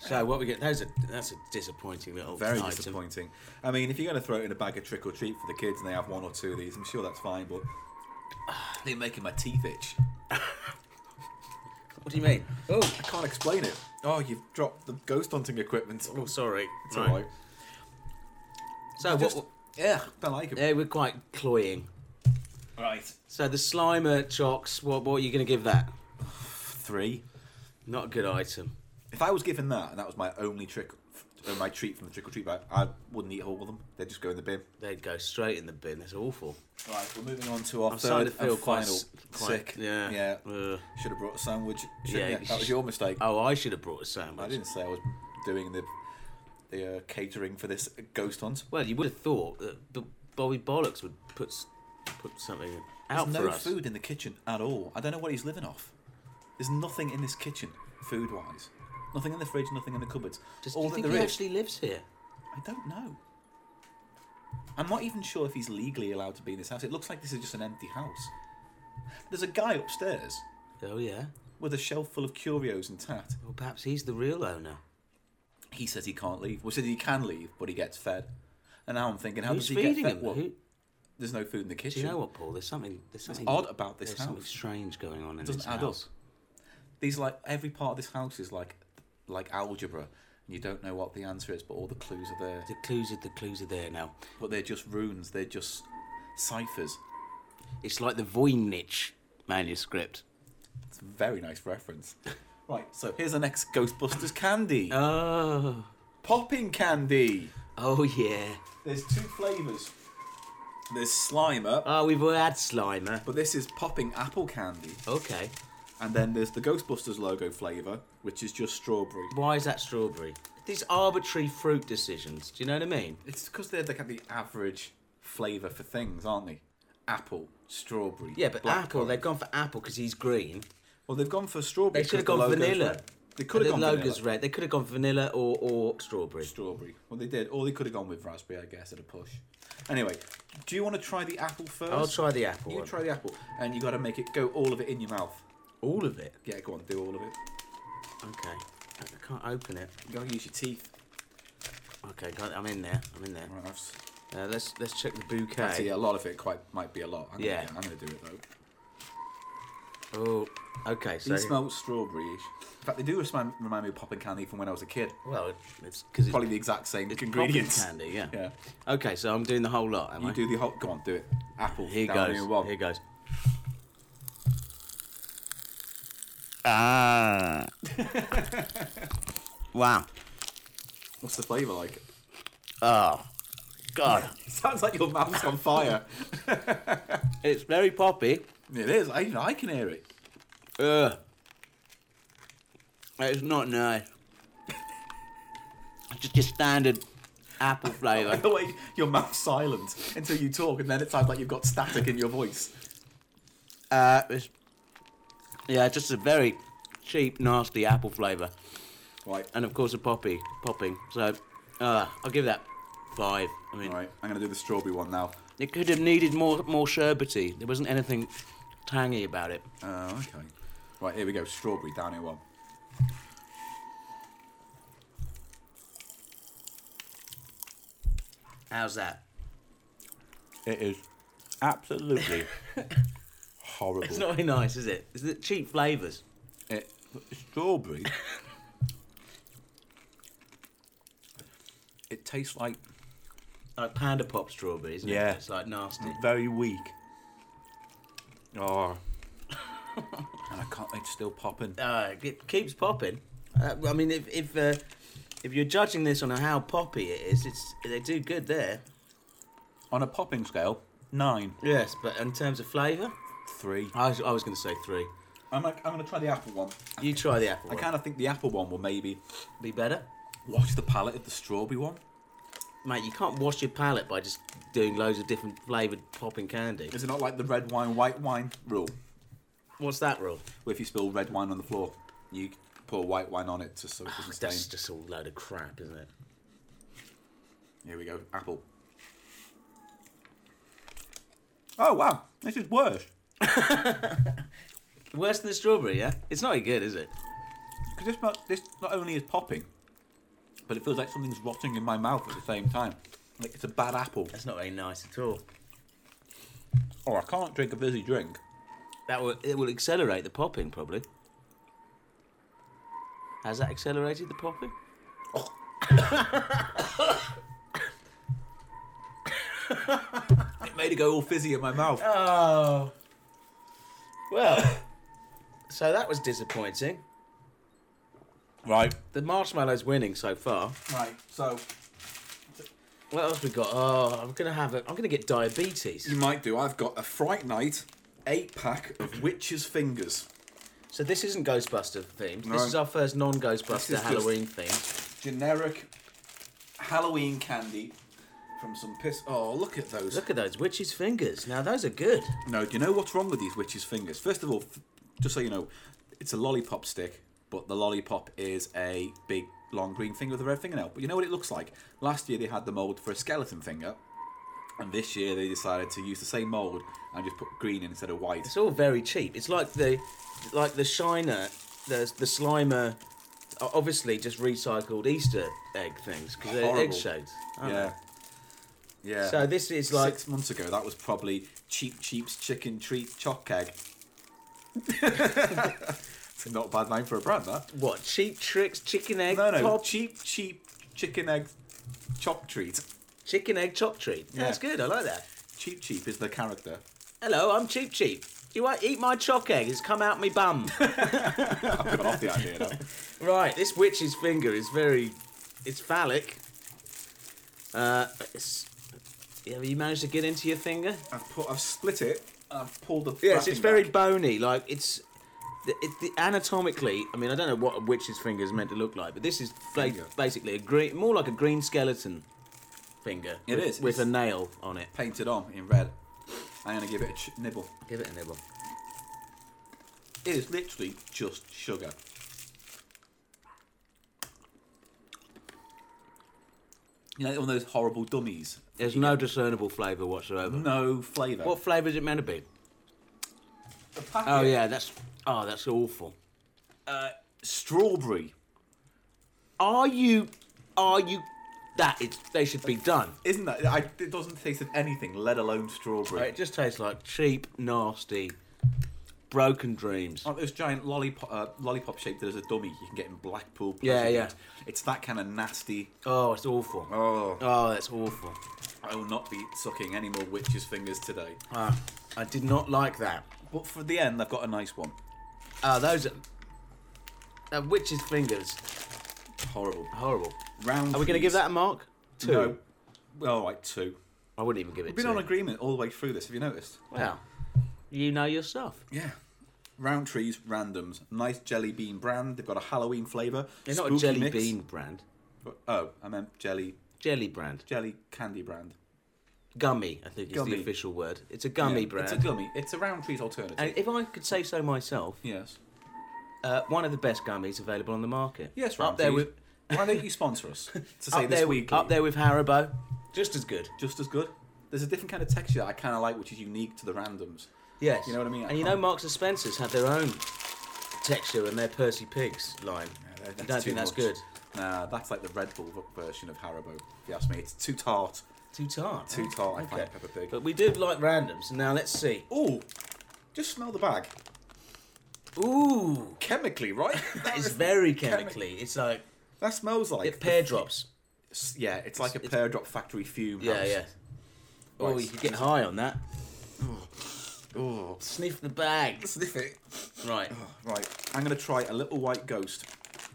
S3: So what we get, that's a, that's a disappointing little
S4: Very
S3: item.
S4: disappointing. I mean, if you're going to throw it in a bag of trick or treat for the kids and they have one or two of these, I'm sure that's fine, but they're making my teeth itch.
S3: What do you mean? Oh,
S4: I can't explain it. Oh, you've dropped the ghost hunting equipment. Oh,
S3: oh sorry.
S4: it's all right.
S3: So what,
S4: Just- Yeah, don't like it.
S3: they were quite cloying.
S4: Right.
S3: So the Slimer chocks, what, what are you going to give that?
S4: Three.
S3: Not a good item.
S4: If I was given that and that was my only trick, uh, my treat from the trick or treat bag, I wouldn't eat all of them. They'd just go in the bin.
S3: They'd go straight in the bin. That's awful.
S4: Right, we're moving on to our
S3: I'm
S4: third
S3: starting to feel
S4: and
S3: quite
S4: final
S3: s- quite-
S4: sick.
S3: yeah.
S4: yeah.
S3: Ugh.
S4: Should have brought a sandwich. shouldn't
S3: Yeah,
S4: ya?
S3: you
S4: that was
S3: sh-
S4: your mistake.
S3: Oh, I should have brought a sandwich.
S4: I didn't say I was doing the the uh, catering for this ghost hunt.
S3: Well, you would have thought that B- Bobby Bollocks would put s- put something out
S4: There's
S3: for
S4: no
S3: us.
S4: food in the kitchen at all. I don't know what he's living off. There's nothing in this kitchen, food wise. Nothing in the fridge. Nothing in the cupboards.
S3: Does, do
S4: all
S3: you
S4: that
S3: think
S4: there
S3: he
S4: is-
S3: actually lives here?
S4: I don't know. I'm not even sure if he's legally allowed to be in this house. It looks like this is just an empty house. There's a guy upstairs
S3: Oh yeah.
S4: with a shelf full of curios and tat.
S3: Well, perhaps he's the real owner.
S4: he says he can't leave. Well, says he can leave, but he gets fed. And now I'm thinking, how
S3: Who's
S4: does he get
S3: feeding
S4: fed?
S3: him?
S4: Well,
S3: Who-
S4: there's no food in the
S3: do
S4: kitchen.
S3: you know what, Paul? There's something. There's something
S4: odd about this
S3: there's Something
S4: house.
S3: strange going on in
S4: Doesn't
S3: this
S4: add up.
S3: house.
S4: These like every part of this house is like like algebra, and you don't know what the answer is, but all the clues are there.
S3: The clues are the clues are there now.
S4: But they're just runes. They're just ciphers.
S3: It's like the Voynich manuscript.
S4: It's a very nice reference. right. So here's the next Ghostbusters candy.
S3: Oh.
S4: Popping candy.
S3: Oh yeah.
S4: There's two flavors. There's Slimer,
S3: Oh, we've all had Slimer.
S4: but this is popping apple candy.
S3: Okay.
S4: And then there's the Ghostbusters logo flavour, which is just strawberry.
S3: Why is that strawberry? These arbitrary fruit decisions. Do you know what I mean?
S4: It's because they're like the average flavour for things, aren't they? Apple, strawberry.
S3: Yeah, but
S4: black
S3: apple.
S4: currant.
S3: They've gone for apple because he's green.
S4: Well, they've gone for strawberry.
S3: They should have
S4: 'cause the
S3: gone
S4: logo's
S3: vanilla.
S4: red. They could have
S3: the
S4: gone
S3: logo's
S4: vanilla.
S3: red. They could have gone vanilla or or strawberry.
S4: Strawberry. Well, they did. Or they could have gone with raspberry, I guess, at a push. Anyway, do you want to try the apple first?
S3: I'll try the apple.
S4: You
S3: one.
S4: try the apple, and you got to make it go all of it in your mouth.
S3: all of it.
S4: Yeah, go on, do all of it.
S3: Okay. I can't open it.
S4: You got to use your teeth.
S3: Okay, got it. I'm in there. I'm in there.
S4: Right, I've s-
S3: Uh, let's let's check the bouquet.
S4: see a lot of it. Quite might be a lot. I'm
S3: Yeah.
S4: gonna, I'm gonna do it though.
S3: Oh, okay. So
S4: These smell strawberryish. In fact, they do remind, remind me of popping candy from when I was a kid.
S3: well, it's because
S4: Probably the exact same ingredients.
S3: candy. Yeah.
S4: Yeah.
S3: Okay, so I'm doing the whole lot. Am I?
S4: You do the whole. Go on, do it. Apple.
S3: Here
S4: down
S3: goes.
S4: Here, one.
S3: Here goes.
S6: Ah. wow.
S4: What's the flavour like?
S6: Oh, God.
S4: Sounds like your mouth's on fire.
S3: It's very poppy.
S4: it is. I, I can hear it.
S3: Ugh. It's not nice. It's just your standard apple
S4: By
S3: flavour.
S4: the way, your mouth's silent until you talk, and then it sounds like you've got static in your voice.
S3: Uh, it's, yeah, it's just a very cheap, nasty apple flavour.
S4: Right.
S3: And of course, a poppy popping. So, uh, I'll give that five. I mean,
S4: Right. I'm gonna do the strawberry one now.
S3: it could have needed more more sherbety. There wasn't anything tangy about it.
S4: Oh, okay. Right. Here we go. Strawberry down here one.
S3: How's that?
S2: It is absolutely horrible.
S3: It's not very nice, is it? Is it cheap flavours?
S4: It,
S2: Strawberry.
S4: it tastes like
S3: Like Panda Pop strawberry, isn't it?
S2: Yeah.
S3: It's like nasty.
S2: Very weak.
S4: Oh. and I can't. It's still popping.
S3: Uh, it keeps popping. Uh, I mean, if if uh, if you're judging this on how poppy it is, it's they do good there.
S4: On a popping scale, nine,
S3: Yes, but in terms of flavour,
S4: three.
S3: I was, I was going to say three.
S4: I'm like, I'm gonna try the apple one.
S3: You try the apple.
S4: I
S3: one.
S4: kind of think the apple one will maybe
S3: be better,
S4: wash the palate of the strawberry one.
S3: mate. You can't wash your palate by just doing loads of different flavoured popping candy.
S4: Is it not like the red wine, white wine rule,
S3: What's that rule?
S4: where if you spill red wine on the floor, you pour white wine on it to so it doesn't stain?
S3: That's just a load of crap, isn't it?
S4: Here we go, apple. Oh wow, this is worse
S3: Worse than the strawberry, yeah. It's not good, is it?
S4: because this not, this not only is popping, but it feels like something's rotting in my mouth at the same time. Like it's a bad apple.
S3: That's not very nice at all.
S4: Oh, I can't drink a fizzy drink.
S3: That will it will accelerate the popping probably. Has that accelerated the popping?
S4: It made it go all fizzy in my mouth.
S3: Oh. Well. so that was disappointing.
S4: Right.
S3: The marshmallow's winning so far.
S4: Right, so
S3: What else we got? Oh, I'm gonna have a. I'm gonna get diabetes.
S4: you might do. I've got a Fright Night eight pack of Witch's Fingers.
S3: So this isn't Ghostbuster themed.
S4: No.
S3: This is our first non-Ghostbuster
S4: just-
S3: Halloween theme.
S4: Generic Halloween candy from some piss. Oh, look at those.
S3: Look at those witch's fingers. Now those are good.
S4: No, do you know what's wrong with these Witch's Fingers? First of all, f- just so you know, it's a lollipop stick, but the lollipop is a big long green finger with a red fingernail. But you know what it looks like? Last year they had the mould for a skeleton finger. And this year they decided to use the same mould and just put green in instead of white.
S3: It's all very cheap. It's like the, like the Shiner, the the Slimer, o- obviously just recycled Easter egg things because they're
S4: Horrible.
S3: egg shaped. aren't
S4: Yeah. Yeah.
S3: they? So this is like
S4: six months ago, that was probably cheap cheap's chicken treat choc keg. it's not a bad name for a brand, that.
S3: what cheap tricks chicken egg
S4: No, no,
S3: pop
S4: cheap cheap chicken egg choc treat.
S3: chicken egg chop treat. That's good. I like that.
S4: Cheap cheap is the character.
S3: Hello, I'm cheap cheap. You won't eat my choc egg. It's come out me bum.
S4: I've got off the idea now.
S3: right, this witch's finger is very, it's phallic. Uh, it's, have you managed to get into your finger?
S4: I've put, I've split it. and I've pulled the.
S3: Yes, it's
S4: wrapping
S3: very
S4: back.
S3: bony. Like it's, the, it, the anatomically. I mean, I don't know what a witch's finger is meant to look like, but this is ba-
S4: Finger.
S3: basically a green, more like a green skeleton finger.
S4: It
S3: with,
S4: is,
S3: with a
S4: it's-
S3: nail on it.
S4: painted on in red. I'm gonna give it a ch- nibble.
S3: Give it a nibble.
S4: It is literally just sugar. You know, one of those horrible dummies
S3: There's no discernible flavour whatsoever.
S4: No flavour.
S3: What flavour is it meant to be?
S4: The packet-
S3: Oh yeah, that's oh that's awful.
S4: Strawberry.
S3: Are you? Are you? That it's they should be done.
S4: Isn't that? I, it doesn't taste of anything, let alone strawberry.
S3: It just tastes like cheap, nasty, broken dreams.
S4: Like those giant lollipop, uh, lollipop shaped that is a dummy you can get in Blackpool.
S3: Yeah,
S4: Pleasure
S3: yeah.
S4: Grounds. It's that kind of nasty.
S3: Oh, it's awful.
S4: Oh,
S3: Oh, that's awful.
S4: I will not be sucking any more witches' fingers today.
S3: Ah, I did not like that.
S4: But for the end, I've got a nice one.
S3: Ah, those are that witch's fingers.
S4: Horrible.
S3: Horrible.
S4: Round.
S3: Are we going to give
S4: please.
S3: that a mark? Two.
S4: No. Well, all right, two.
S3: I wouldn't even give it.
S4: We've been
S3: two.
S4: on agreement all the way through this. Have you noticed?
S3: Well, you know yourself.
S4: Yeah. Round trees, randoms. Nice jelly bean brand. They've got a Halloween flavour.
S3: They're not a
S4: spooky
S3: jelly
S4: mix.
S3: bean brand.
S4: Oh, I meant jelly,
S3: Jelly brand.
S4: jelly candy brand.
S3: Gummy, I think is
S4: Gummy.
S3: the official word. It's a gummy
S4: Yeah,
S3: brand.
S4: It's a gummy. It's a round trees alternative.
S3: and if I could say so myself,
S4: yes.
S3: uh, one of the best gummies available on the market.
S4: Yes, round
S3: up there
S4: trees.
S3: with
S4: Why don't you sponsor us to say
S3: up
S4: this
S3: there,
S4: week?
S3: up there with Haribo, just as good.
S4: Just as good. There's a different kind of texture that I kind of like, which is unique to the randoms.
S3: Yes,
S4: You know what I mean? I
S3: and you know
S4: can't-
S3: Marks and Spencers had their own texture and their Percy Pigs line.
S4: Yeah,
S3: I don't
S4: too
S3: think that's
S4: much.
S3: good.
S4: Nah, that's like the Red Bull v- version of Haribo. If you ask me, it's too tart.
S3: Too tart.
S4: Too tart. I find Peppa Pig.
S3: Oh, But we did like randoms. Now let's see.
S4: Oh, just smell the bag.
S3: Ooh,
S4: Chemically, right? That
S3: it's
S4: is-
S3: very chemically. It's like
S4: That smells like
S3: it pear drops.
S4: It's- yeah, it's like a
S3: it's-
S4: pear drop factory fume.
S3: Yeah,
S4: house.
S3: yeah. Oh,
S4: Right.
S3: you could get high on that.
S4: Oh,
S3: Sniff the bag.
S4: sniff it.
S3: Right.
S4: Right, I'm gonna try a little white ghost.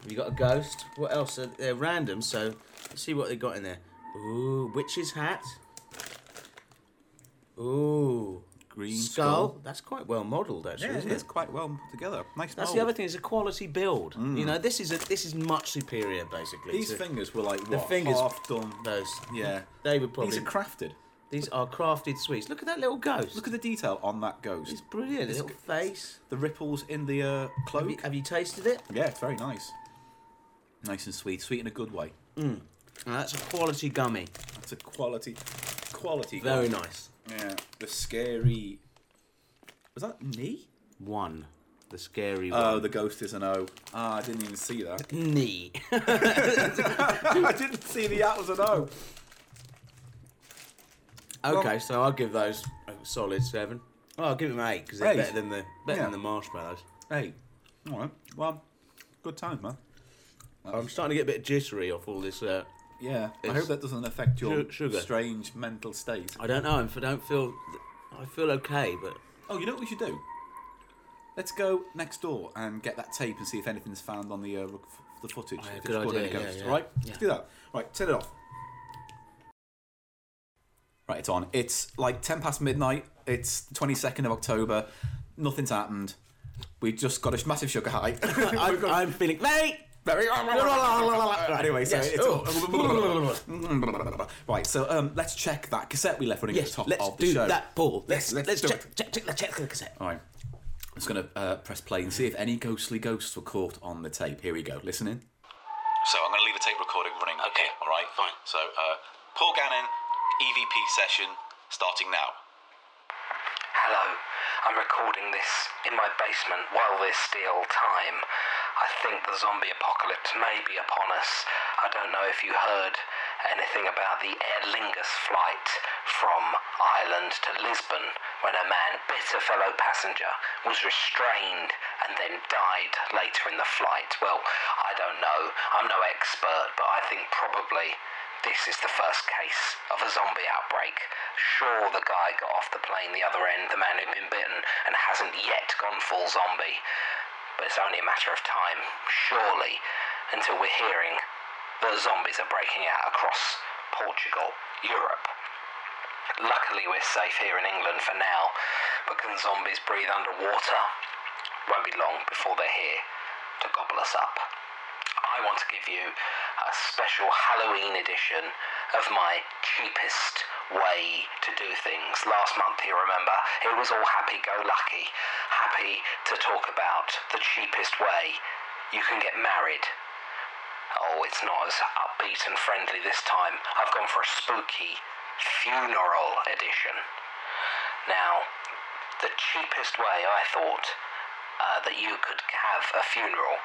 S3: We got a ghost. What else? Uh, They're random, so let's see what they got in there. Ooh, witch's hat. Ooh,
S4: Green
S3: skull. That's quite well modelled, actually.
S4: Yeah, it
S3: isn't
S4: is quite well put together. Nice.
S3: That's the
S4: mould.
S3: other thing. It's a quality build. You know, this is a this is much superior, basically.
S4: Mm. These
S3: to
S4: fingers were like what?
S3: the fingers
S4: half done.
S3: those.
S4: Yeah.
S3: They would probably.
S4: These are crafted.
S3: these are crafted sweets. Look at that little ghost.
S4: Look at the detail on that ghost.
S3: it's brilliant.
S4: It's
S3: little face.
S4: The ripples in the uh, cloak.
S3: Have you, have you tasted it?
S4: Yeah, it's very nice. Nice and sweet, sweet in a good way.
S3: Now, that's a quality gummy.
S4: That's a quality, quality.
S3: Very
S4: ghost.
S3: nice.
S4: Yeah. The scary. Was that knee?
S3: One. The scary one.
S4: Oh, the ghost is an O. Ah, I didn't even see that.
S3: knee.
S4: I didn't see the at was an O.
S3: Okay, so I'll give those a solid seven. Well, I'll give them eight because they're
S4: Eight?
S3: better than the better
S4: Yeah.
S3: than the marshmallows.
S4: Hey. All right. Well, good times, man.
S3: I'm starting to get a bit jittery off all this. Uh,
S4: Yeah. I
S3: It's-
S4: hope that doesn't affect your
S3: Su- sugar.
S4: strange mental state.
S3: I don't know. I'm- I don't feel. I feel okay, but
S4: Oh, you know what we should do? Let's go next door and get that tape and see if anything's found on the uh, rec- the footage.
S3: yeah,
S4: if it's
S3: good
S4: caught
S3: idea,
S4: any
S3: yeah,
S4: ghosts,
S3: yeah.
S4: all right?
S3: Yeah.
S4: Let's do that. Right, turn it off. Right, it's on. It's like ten past midnight. It's the twenty second of October. Nothing's happened. We just got a massive sugar high.
S3: I'm, I'm feeling mate.
S4: anyway, so
S3: Yes.
S4: it's
S3: Oh.
S4: right. So um, let's check that cassette we left running
S3: Yes,
S4: at the top
S3: let's
S4: of the
S3: do
S4: show.
S3: that, Paul. Let's
S4: Yes,
S3: let's,
S4: let's do
S3: check, check check let's check the cassette.
S4: All right. I'm just going to uh, press play and see if any ghostly ghosts were caught on the tape. Here we go. Listen in. So I'm going to leave the tape recording running. Okay. All right. Fine. So uh, Paul Gannon, EVP session starting now.
S7: Hello, I'm recording this in my basement while there's still time. I think the zombie apocalypse may be upon us. I don't know if you heard anything about the Aer Lingus flight from Ireland to Lisbon when a man bit a fellow passenger, was restrained, and then died later in the flight. Well, I don't know. I'm no expert, but I think probably this is the first case of a zombie outbreak. Sure, the guy got off the plane the other end, the man who'd been bitten, and hasn't yet gone full zombie. But it's only a matter of time, surely, until we're hearing that zombies are breaking out across Portugal, Europe. Luckily, we're safe here in England for now, but can zombies breathe underwater? Won't be long before they're here to gobble us up. I want to give you a special Halloween edition of my cheapest way to do things. Last month, you remember, it was all happy go lucky, happy to talk about the cheapest way you can get married. Oh, it's not as upbeat and friendly this time. I've gone for a spooky Funeral Edition. Now, the cheapest way I thought uh, that you could have a funeral.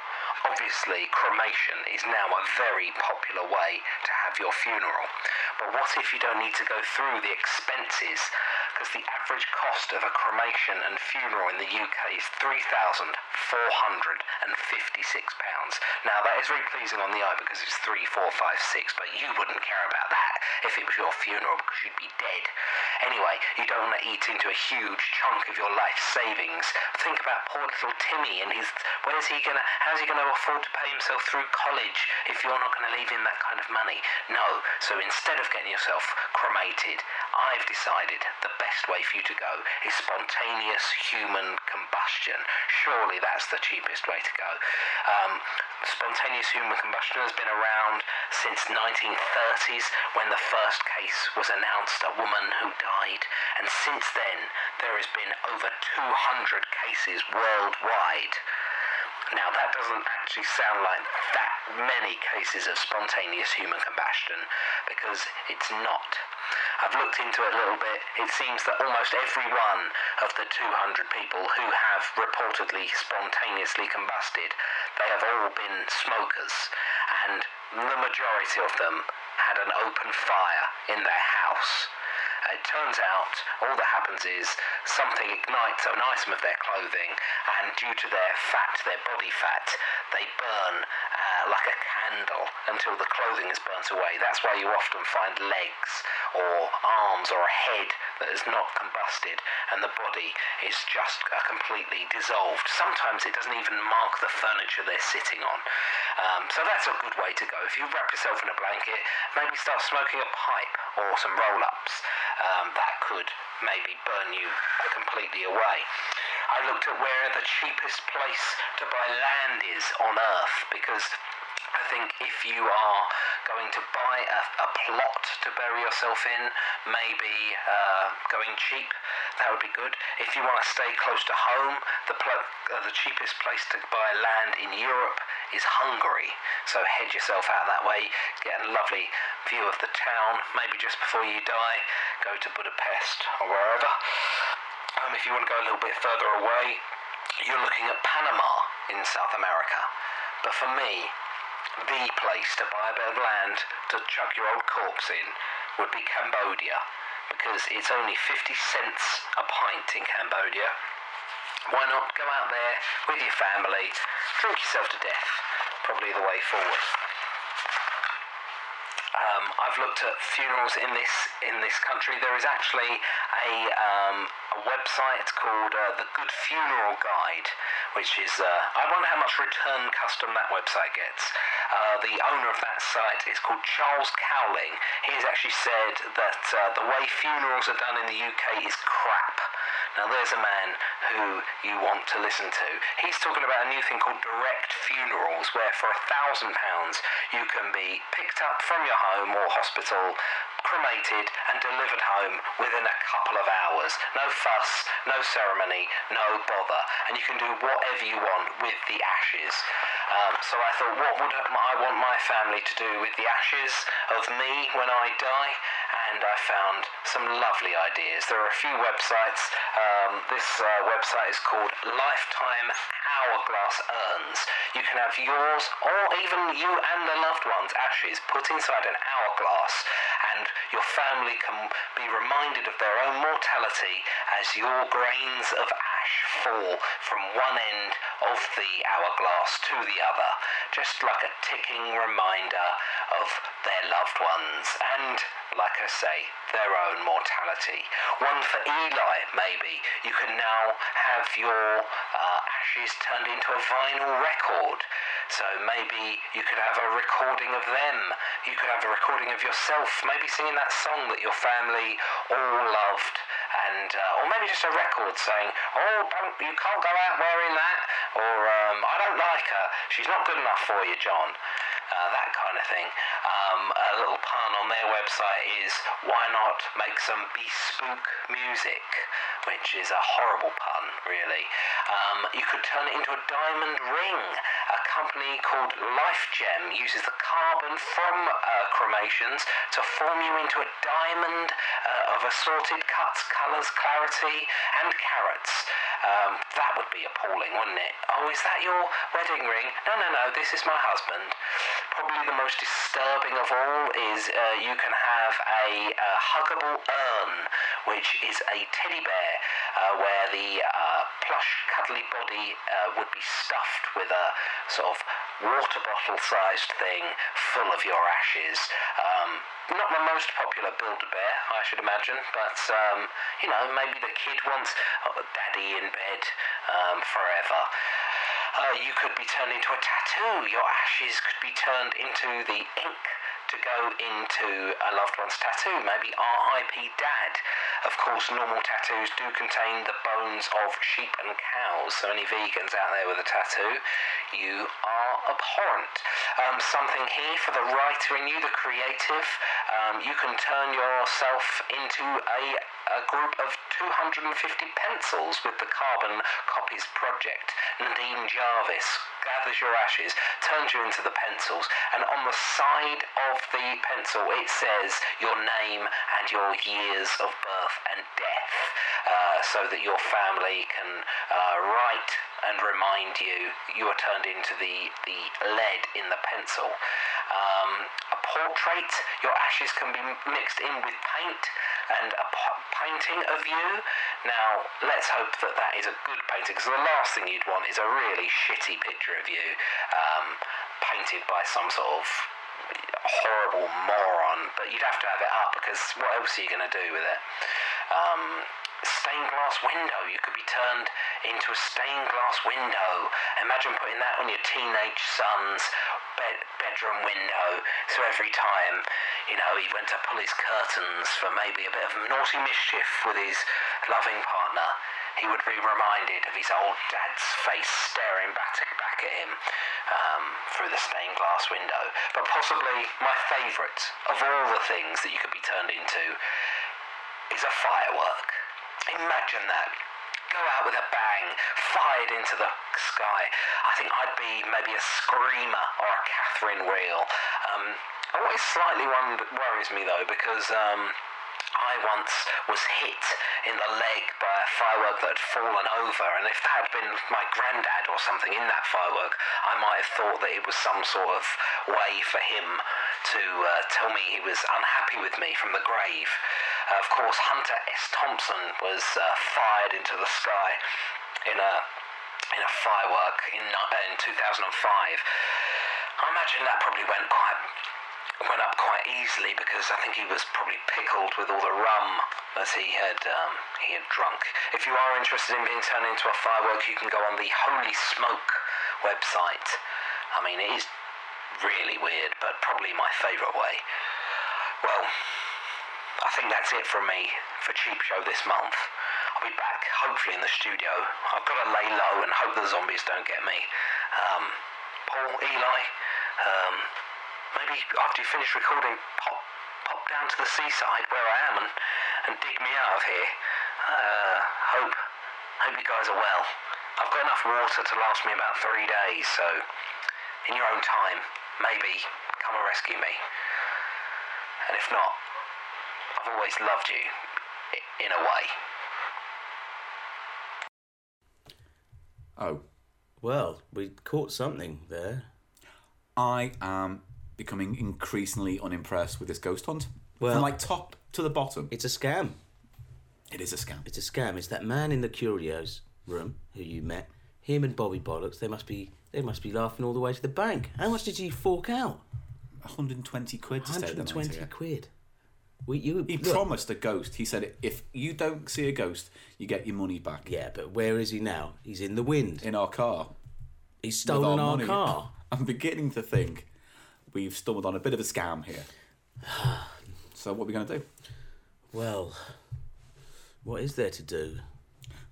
S7: Obviously, cremation is now a very popular way to have your funeral. But what if you don't need to go through the expenses? Because the average cost of a cremation and funeral in the UK is £3,456. Now, that is very pleasing on the eye because it's three, four, five, six. but you wouldn't care about that if it was your funeral because you'd be dead. Anyway, you don't want to eat into a huge chunk of your life savings. Think about poor little Timmy and his. Where's he gonna? How's he gonna afford to pay himself through college if you're not gonna leave him that kind of money? No. So instead of getting yourself cremated, I've decided the best way for you to go is spontaneous human combustion. Surely that's the cheapest way to go. Um, spontaneous human combustion has been around since 1930s when the first case was announced, a woman who died, and since then there has been over 200 cases worldwide. Now, that doesn't actually sound like that many cases of spontaneous human combustion because it's not. I've looked into it a little bit. It seems that almost every one of the 200 people who have reportedly spontaneously combusted, they have all been smokers, and the majority of them had an open fire in their house. Uh, It turns out all that happens is something ignites an item of their clothing, and due to their fat, their body fat, they burn uh, like a candle until the clothing is burnt away. That's why you often find legs or arms or a head that is not combusted, and the body is just uh, completely dissolved. Sometimes it doesn't even mark the furniture they're sitting on. Um, so that's a good way to go. If you wrap yourself in a blanket, maybe start smoking a pipe or some roll ups um, that could maybe burn you completely away. I looked at where the cheapest place to buy land is on Earth because I think if you are going to buy a, a plot to bury yourself in, maybe uh, going cheap, that would be good. If you want to stay close to home, the, pl- uh, the cheapest place to buy land in Europe is Hungary. So head yourself out that way, get a lovely view of the town, maybe just before you die, go to Budapest or wherever. Um, if you want to go a little bit further away, you're looking at Panama in South America. But for me, the place to buy a bit of land to chuck your old corpse in would be Cambodia because it's only 50 cents a pint in Cambodia. Why not go out there with your family, drink yourself to death? Probably the way forward. Um, I've looked at funerals in this in this country. There is actually a, um, a website called uh, the Good Funeral Guide, which is uh, I wonder how much return custom that website gets. Uh, the owner of that site is called Charles Cowling. He has actually said that uh, the way funerals are done in the UK is crap. Now there's a man who you want to listen to. He's talking about a new thing called direct funerals, where for a thousand pounds you can be picked up from your home or hospital, cremated and delivered home within a couple of hours. No fuss, no ceremony, no bother, and you can do whatever you want with the ashes. Um, so I thought, what would I want my family to do with the ashes of me when I die? And I found some lovely ideas. There are a few websites. Um, this uh, website is called Lifetime Hourglass Urns. You can have yours or even you and the loved one's ashes put inside an hourglass, and your family can be reminded of their own mortality as your grains of ash fall from one end of the hourglass to the other, just like a ticking reminder of their loved ones and like I say, their own mortality. One for Eli, maybe. You can now have your uh, ashes turned into a vinyl record. So maybe you could have a recording of them. You could have a recording of yourself, maybe singing that song that your family all loved. And, uh, or maybe just a record saying, oh, don't, you can't go out wearing that, or um, I don't like her, she's not good enough for you, John. uh, that kind of thing. Um, a little pun on their website is why not make some bespook music, which is a horrible pun, really. Um, you could turn it into a diamond ring. A company called Life Gem uses the carbon from uh, cremations to form you into a diamond uh, of assorted cuts, colours, clarity, and carrots. Um, that would be appalling, wouldn't it? Oh, is that your wedding ring? No, no, no, this is my husband. Probably the most disturbing of all is uh, you can have a uh, huggable urn, which is a teddy bear uh, where the uh, plush, cuddly body uh, would be stuffed with a sort of water bottle sized thing full of your ashes. Um, not the most popular Build a Bear, I should imagine, but um, you know, maybe the kid wants oh, daddy in bed um, forever. Uh, you could be turned into a tattoo. Your ashes could be turned into the ink to go into a loved one's tattoo, maybe RIP Dad. Of course, normal tattoos do contain the bones of sheep and cows, so any vegans out there with a tattoo, you are abhorrent. Um, something here for the writer in you, the creative. Um, you can turn yourself into a, a group of 250 pencils with the Carbon Copies Project. Nadine Jarvis gathers your ashes, turns you into the pencils, and on the side of the pencil it says your name and your years of birth and death uh, so that your family can uh, write and remind you you are turned into the, the lead in the pencil. Um, a portrait, your ashes can be m- mixed in with paint and a p- painting of you. Now, let's hope that that is a good painting because the last thing you'd want is a really shitty picture of you um, painted by some sort of horrible moron, but you'd have to have it up because what else are you going to do with it? Um, stained glass window, you could be turned into a stained glass window. Imagine putting that on your teenage son's bed- bedroom window. So every time, you know, he went to pull his curtains for maybe a bit of naughty mischief with his loving partner, he would be reminded of his old dad's face staring back, back at him um, through the stained glass window. But possibly my favourite of all the things that you could be turned into is a firework. Imagine that. Go out with a bang, fired into the sky. I think I'd be maybe a screamer or a Catherine Wheel. Um, always slightly one worries me though because um, I once was hit in the leg by a firework that had fallen over, and if that had been my granddad or something in that firework, I might have thought that it was some sort of way for him to uh, tell me he was unhappy with me from the grave. Uh, of course, Hunter S. Thompson was uh, fired into the sky in a in a firework in, ni- uh, in 2005. I imagine that probably went quite went up quite easily because I think he was probably pickled with all the rum that he had um, he had drunk. If you are interested in being turned into a firework, you can go on the Holy Smoke website. I mean, it is really weird, but probably my favourite way. Well, I think that's it from me for Cheap Show this month. I'll be back hopefully in the studio. I've got to lay low and hope the zombies don't get me. Um, Paul, Eli, um, maybe after you finish recording, pop pop down to the seaside where I am and, and dig me out of here. Uh, hope hope you guys are well. I've got enough water to last me about three days, so in your own time, maybe come and rescue me. And if not, I've always loved you, i- in a way.
S4: Oh,
S3: Well, we caught something there.
S4: I am becoming increasingly unimpressed with this ghost hunt.
S3: Well-
S4: From like top to the bottom,
S3: It's a scam.
S4: it is a scam.
S3: It's a scam. It's that man in the curios room who you met. Him and Bobby Bollocks. They must be. They must be laughing all the way to the bank. How much did you fork out?
S4: 120 quid to stay
S3: Hundred
S4: the
S3: and
S4: night
S3: twenty
S4: here.
S3: quid. We you
S4: He
S3: look.
S4: promised a ghost. He said, if you don't see a ghost, you get your money back.
S3: Yeah, but where is he now? He's in the wind.
S4: In our car.
S3: He's
S4: with
S3: stolen our
S4: money.
S3: car.
S4: I'm beginning to think we've stumbled on a bit of a scam here. So what are we going to do?
S3: Well, what is there to do?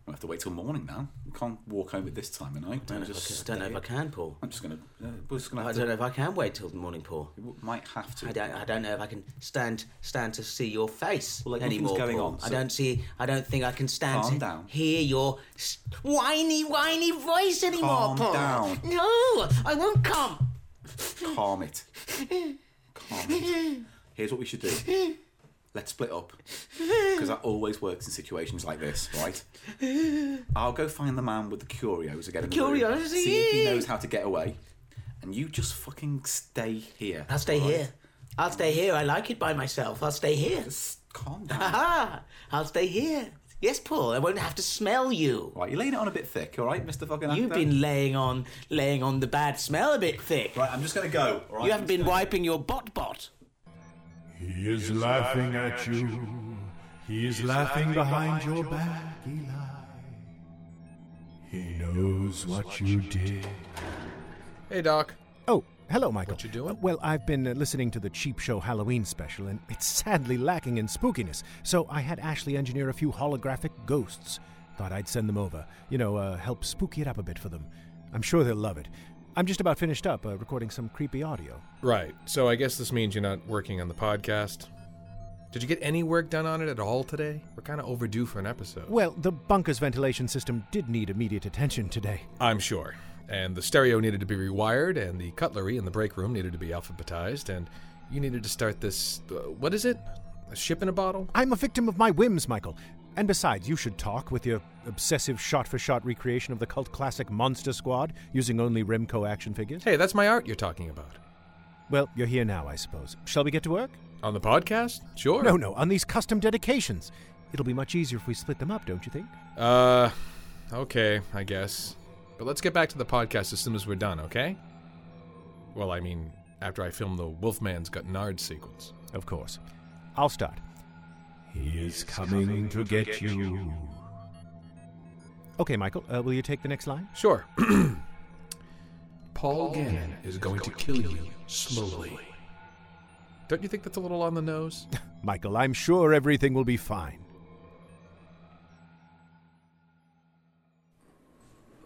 S4: We'll have to wait till morning now. We can't walk home at this time of night.
S3: don't know,
S4: We'll
S3: if I
S4: just
S3: can, don't know if I
S4: stay.
S3: can, Paul.
S4: I'm just gonna. Uh, we're just gonna.
S3: I
S4: Have
S3: don't
S4: to,
S3: know if I can wait till the morning, Paul.
S4: we might have to.
S3: I don't. I don't know if I can stand stand to see your face
S4: Well, like, nothing's
S3: anymore.
S4: going
S3: Paul.
S4: on,
S3: I
S4: so-
S3: don't see. I don't think I can stand
S4: Calm
S3: to
S4: down.
S3: hear your s- whiny whiny voice anymore,
S4: Calm
S3: Paul.
S4: down.
S3: No, I won't come.
S4: Calm it. Calm it. Here's what we should do. Let's split up. Because that always works in situations like this, right? I'll go find the man with the curios again. in The room,
S3: curios,
S4: see if he
S3: yeah.
S4: knows how to get away. And you just fucking stay here.
S3: I'll stay
S4: right?
S3: here. I'll stay here. I like it by myself. I'll stay here.
S4: Just calm down.
S3: Ah, I'll stay here. Yes, Paul. I won't have to smell you.
S4: right, you're laying it on a bit thick, all right, Mr. Fucking
S3: You've
S4: actor?
S3: been laying on laying on the bad smell a bit thick.
S4: Right, I'm just gonna go. All right?
S3: You haven't been wiping your bot bot.
S8: He is laughing at you. He is laughing behind your back, Eli. He knows what you did.
S9: Hey, Doc.
S10: Oh, hello, Michael.
S9: What you doing?
S10: Uh, well, I've been uh, listening to the Cheap Show Halloween special, and it's sadly lacking in spookiness. So I had Ashley engineer a few holographic ghosts. Thought I'd send them over. You know, uh, help spooky it up a bit for them. I'm sure they'll love it. I'm just about finished up uh, recording some creepy audio.
S9: Right. So I guess this means you're not working on the podcast. Did you get any work done on it at all today? We're kind of overdue for an episode.
S10: Well, the bunker's ventilation system did need immediate attention today.
S9: I'm sure. And the stereo needed to be rewired, and the cutlery in the break room needed to be alphabetized, and you needed to start this. Uh, what is it? A ship in a bottle?
S10: I'm a victim of my whims, Michael. And besides, you should talk with your obsessive shot for shot recreation of the cult classic Monster Squad using only Remco action figures.
S9: Hey, that's my art you're talking about.
S10: Well, you're here now, I suppose. Shall we get to work?
S9: On the podcast? Sure.
S10: No, no, on these custom dedications. It'll be much easier if we split them up, don't you think?
S9: Uh, okay, I guess. But let's get back to the podcast as soon as we're done, okay? Well, I mean, after I film the Wolfman's Got Nard sequence.
S10: Of course. I'll start.
S8: He is coming to get you.
S10: Okay, Michael, uh, will you take the next line?
S9: Sure. Paul Gannon is going to kill you slowly. Don't you think that's a little on the nose?
S10: Michael, I'm sure everything will be fine.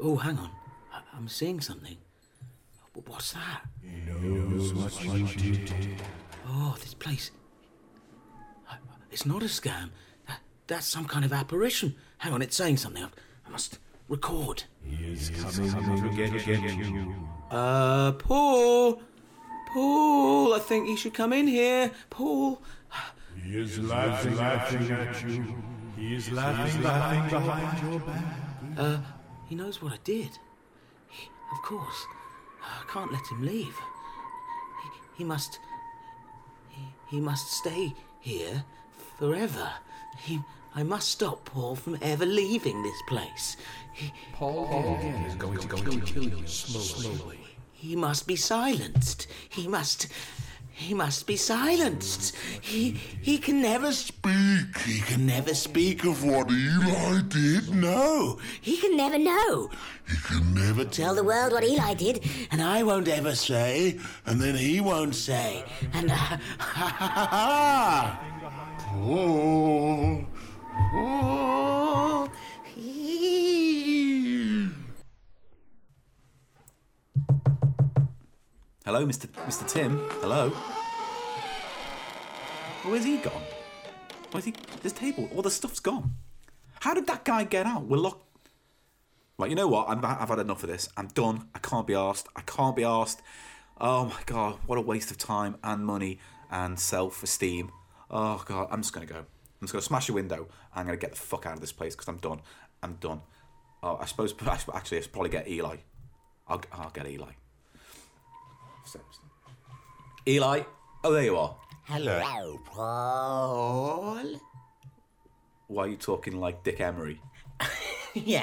S3: Oh, hang on. I- I'm seeing something. W- What's that?
S8: He knows what you did.
S3: Oh, this place. I- It's not a scam. That- That's some kind of apparition. Hang on, it's saying something. I- I must record.
S8: He is coming to get you.
S3: Uh, Paul. Paul, I think you should come in here. Paul.
S8: He is laughing, laughing at you. He is laughing behind, behind your back.
S3: Uh, He knows what I did. He, of course. I can't let him leave. He, he must. He, he must stay here forever. He, I must stop Paul from ever leaving this place. He,
S9: Paul Gannon is going to kill you slowly.
S3: he must be silenced. He must. He must be silenced. He he can never speak. He can never speak of what Eli did. No, he can never know.
S1: He can never tell.
S11: Tell the world what Eli did.
S3: and I won't ever say, and then he won't say, and uh,
S1: Oh, oh, he-
S4: Hello, Mr. Mr. Tim. Hello. Where's he gone? Where's he? This table. All the stuff's gone. How did that guy get out? We're locked. Right, you know what? I'm, I've had enough of this. I'm done. I can't be asked. I can't be asked. Oh my god, what a waste of time and money and self-esteem. Oh god, I'm just gonna go. I'm just gonna smash a window. I'm gonna get the fuck out of this place because I'm done. I'm done. Oh, I suppose actually I should probably get Eli. I'll, I'll get Eli. Eli. Oh, there you are.
S11: Hello, Paul.
S4: Why are you talking like Dick Emery?
S3: yeah,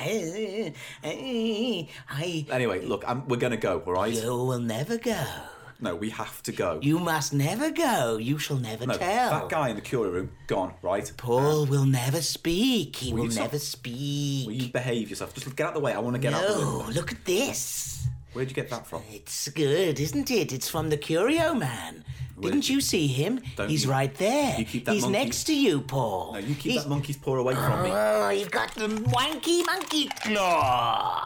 S3: I.
S4: Anyway, look, i we're gonna go, all right?
S3: You will never go.
S4: No, we have to go.
S3: You must never go. You shall never
S4: no,
S3: tell.
S4: that guy in the curio room gone, right?
S3: Paul will never speak. He
S4: Will
S3: will,
S4: you stop?
S3: never speak.
S4: Will you behave yourself? Just get out of the way. I want to get out. Of the
S3: no,
S4: room.
S3: look at this.
S4: Where'd you get that from?
S3: It's good, isn't it? It's from the Curio Man. Didn't you see him?
S4: Don't
S3: He's
S4: you-
S3: right there.
S4: you keep that
S3: He's
S4: monkey-
S3: next to you, Paul.
S4: No, you keep that monkey's paw away from me.
S3: Oh, you've got the wanky monkey claw.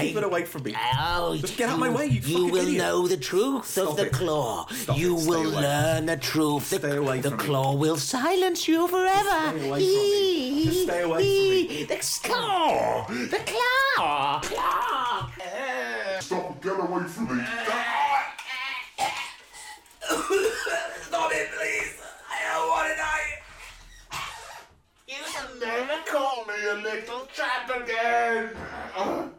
S4: Keep it away from me.
S3: Oh,
S4: Just get out of my way, you fucking
S3: will
S4: idiot.
S3: know the truth of
S4: Stop
S3: the
S4: it.
S3: claw.
S4: Stop
S3: you
S4: it. Stay
S3: will
S4: away.
S3: learn the truth. The, the claw will silence you forever.
S4: Stay away from me. Just stay away from me.
S3: The claw. The claw. Claw.
S1: Stop, get away from me.
S3: Stop it, please. I don't want to die.
S12: You will never call me a little chap again.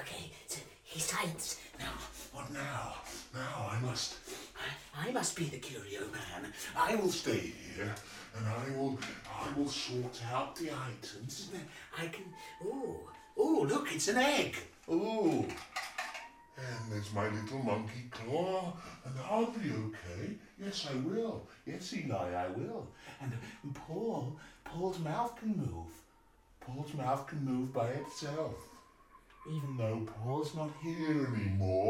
S3: Okay, so he's silenced. Now,
S1: what now? Now I must.
S3: I must be the curio man.
S1: I will stay here, and I will. I will sort out the items. And then
S3: I can. Oh, oh, look, it's an egg.
S1: Ooh. And there's my little monkey claw, and I'll be okay. Yes, I will. Yes, Eli, I will. And Paul, Paul's mouth can move. Paul's mouth can move by itself. Even though Paul's not here anymore.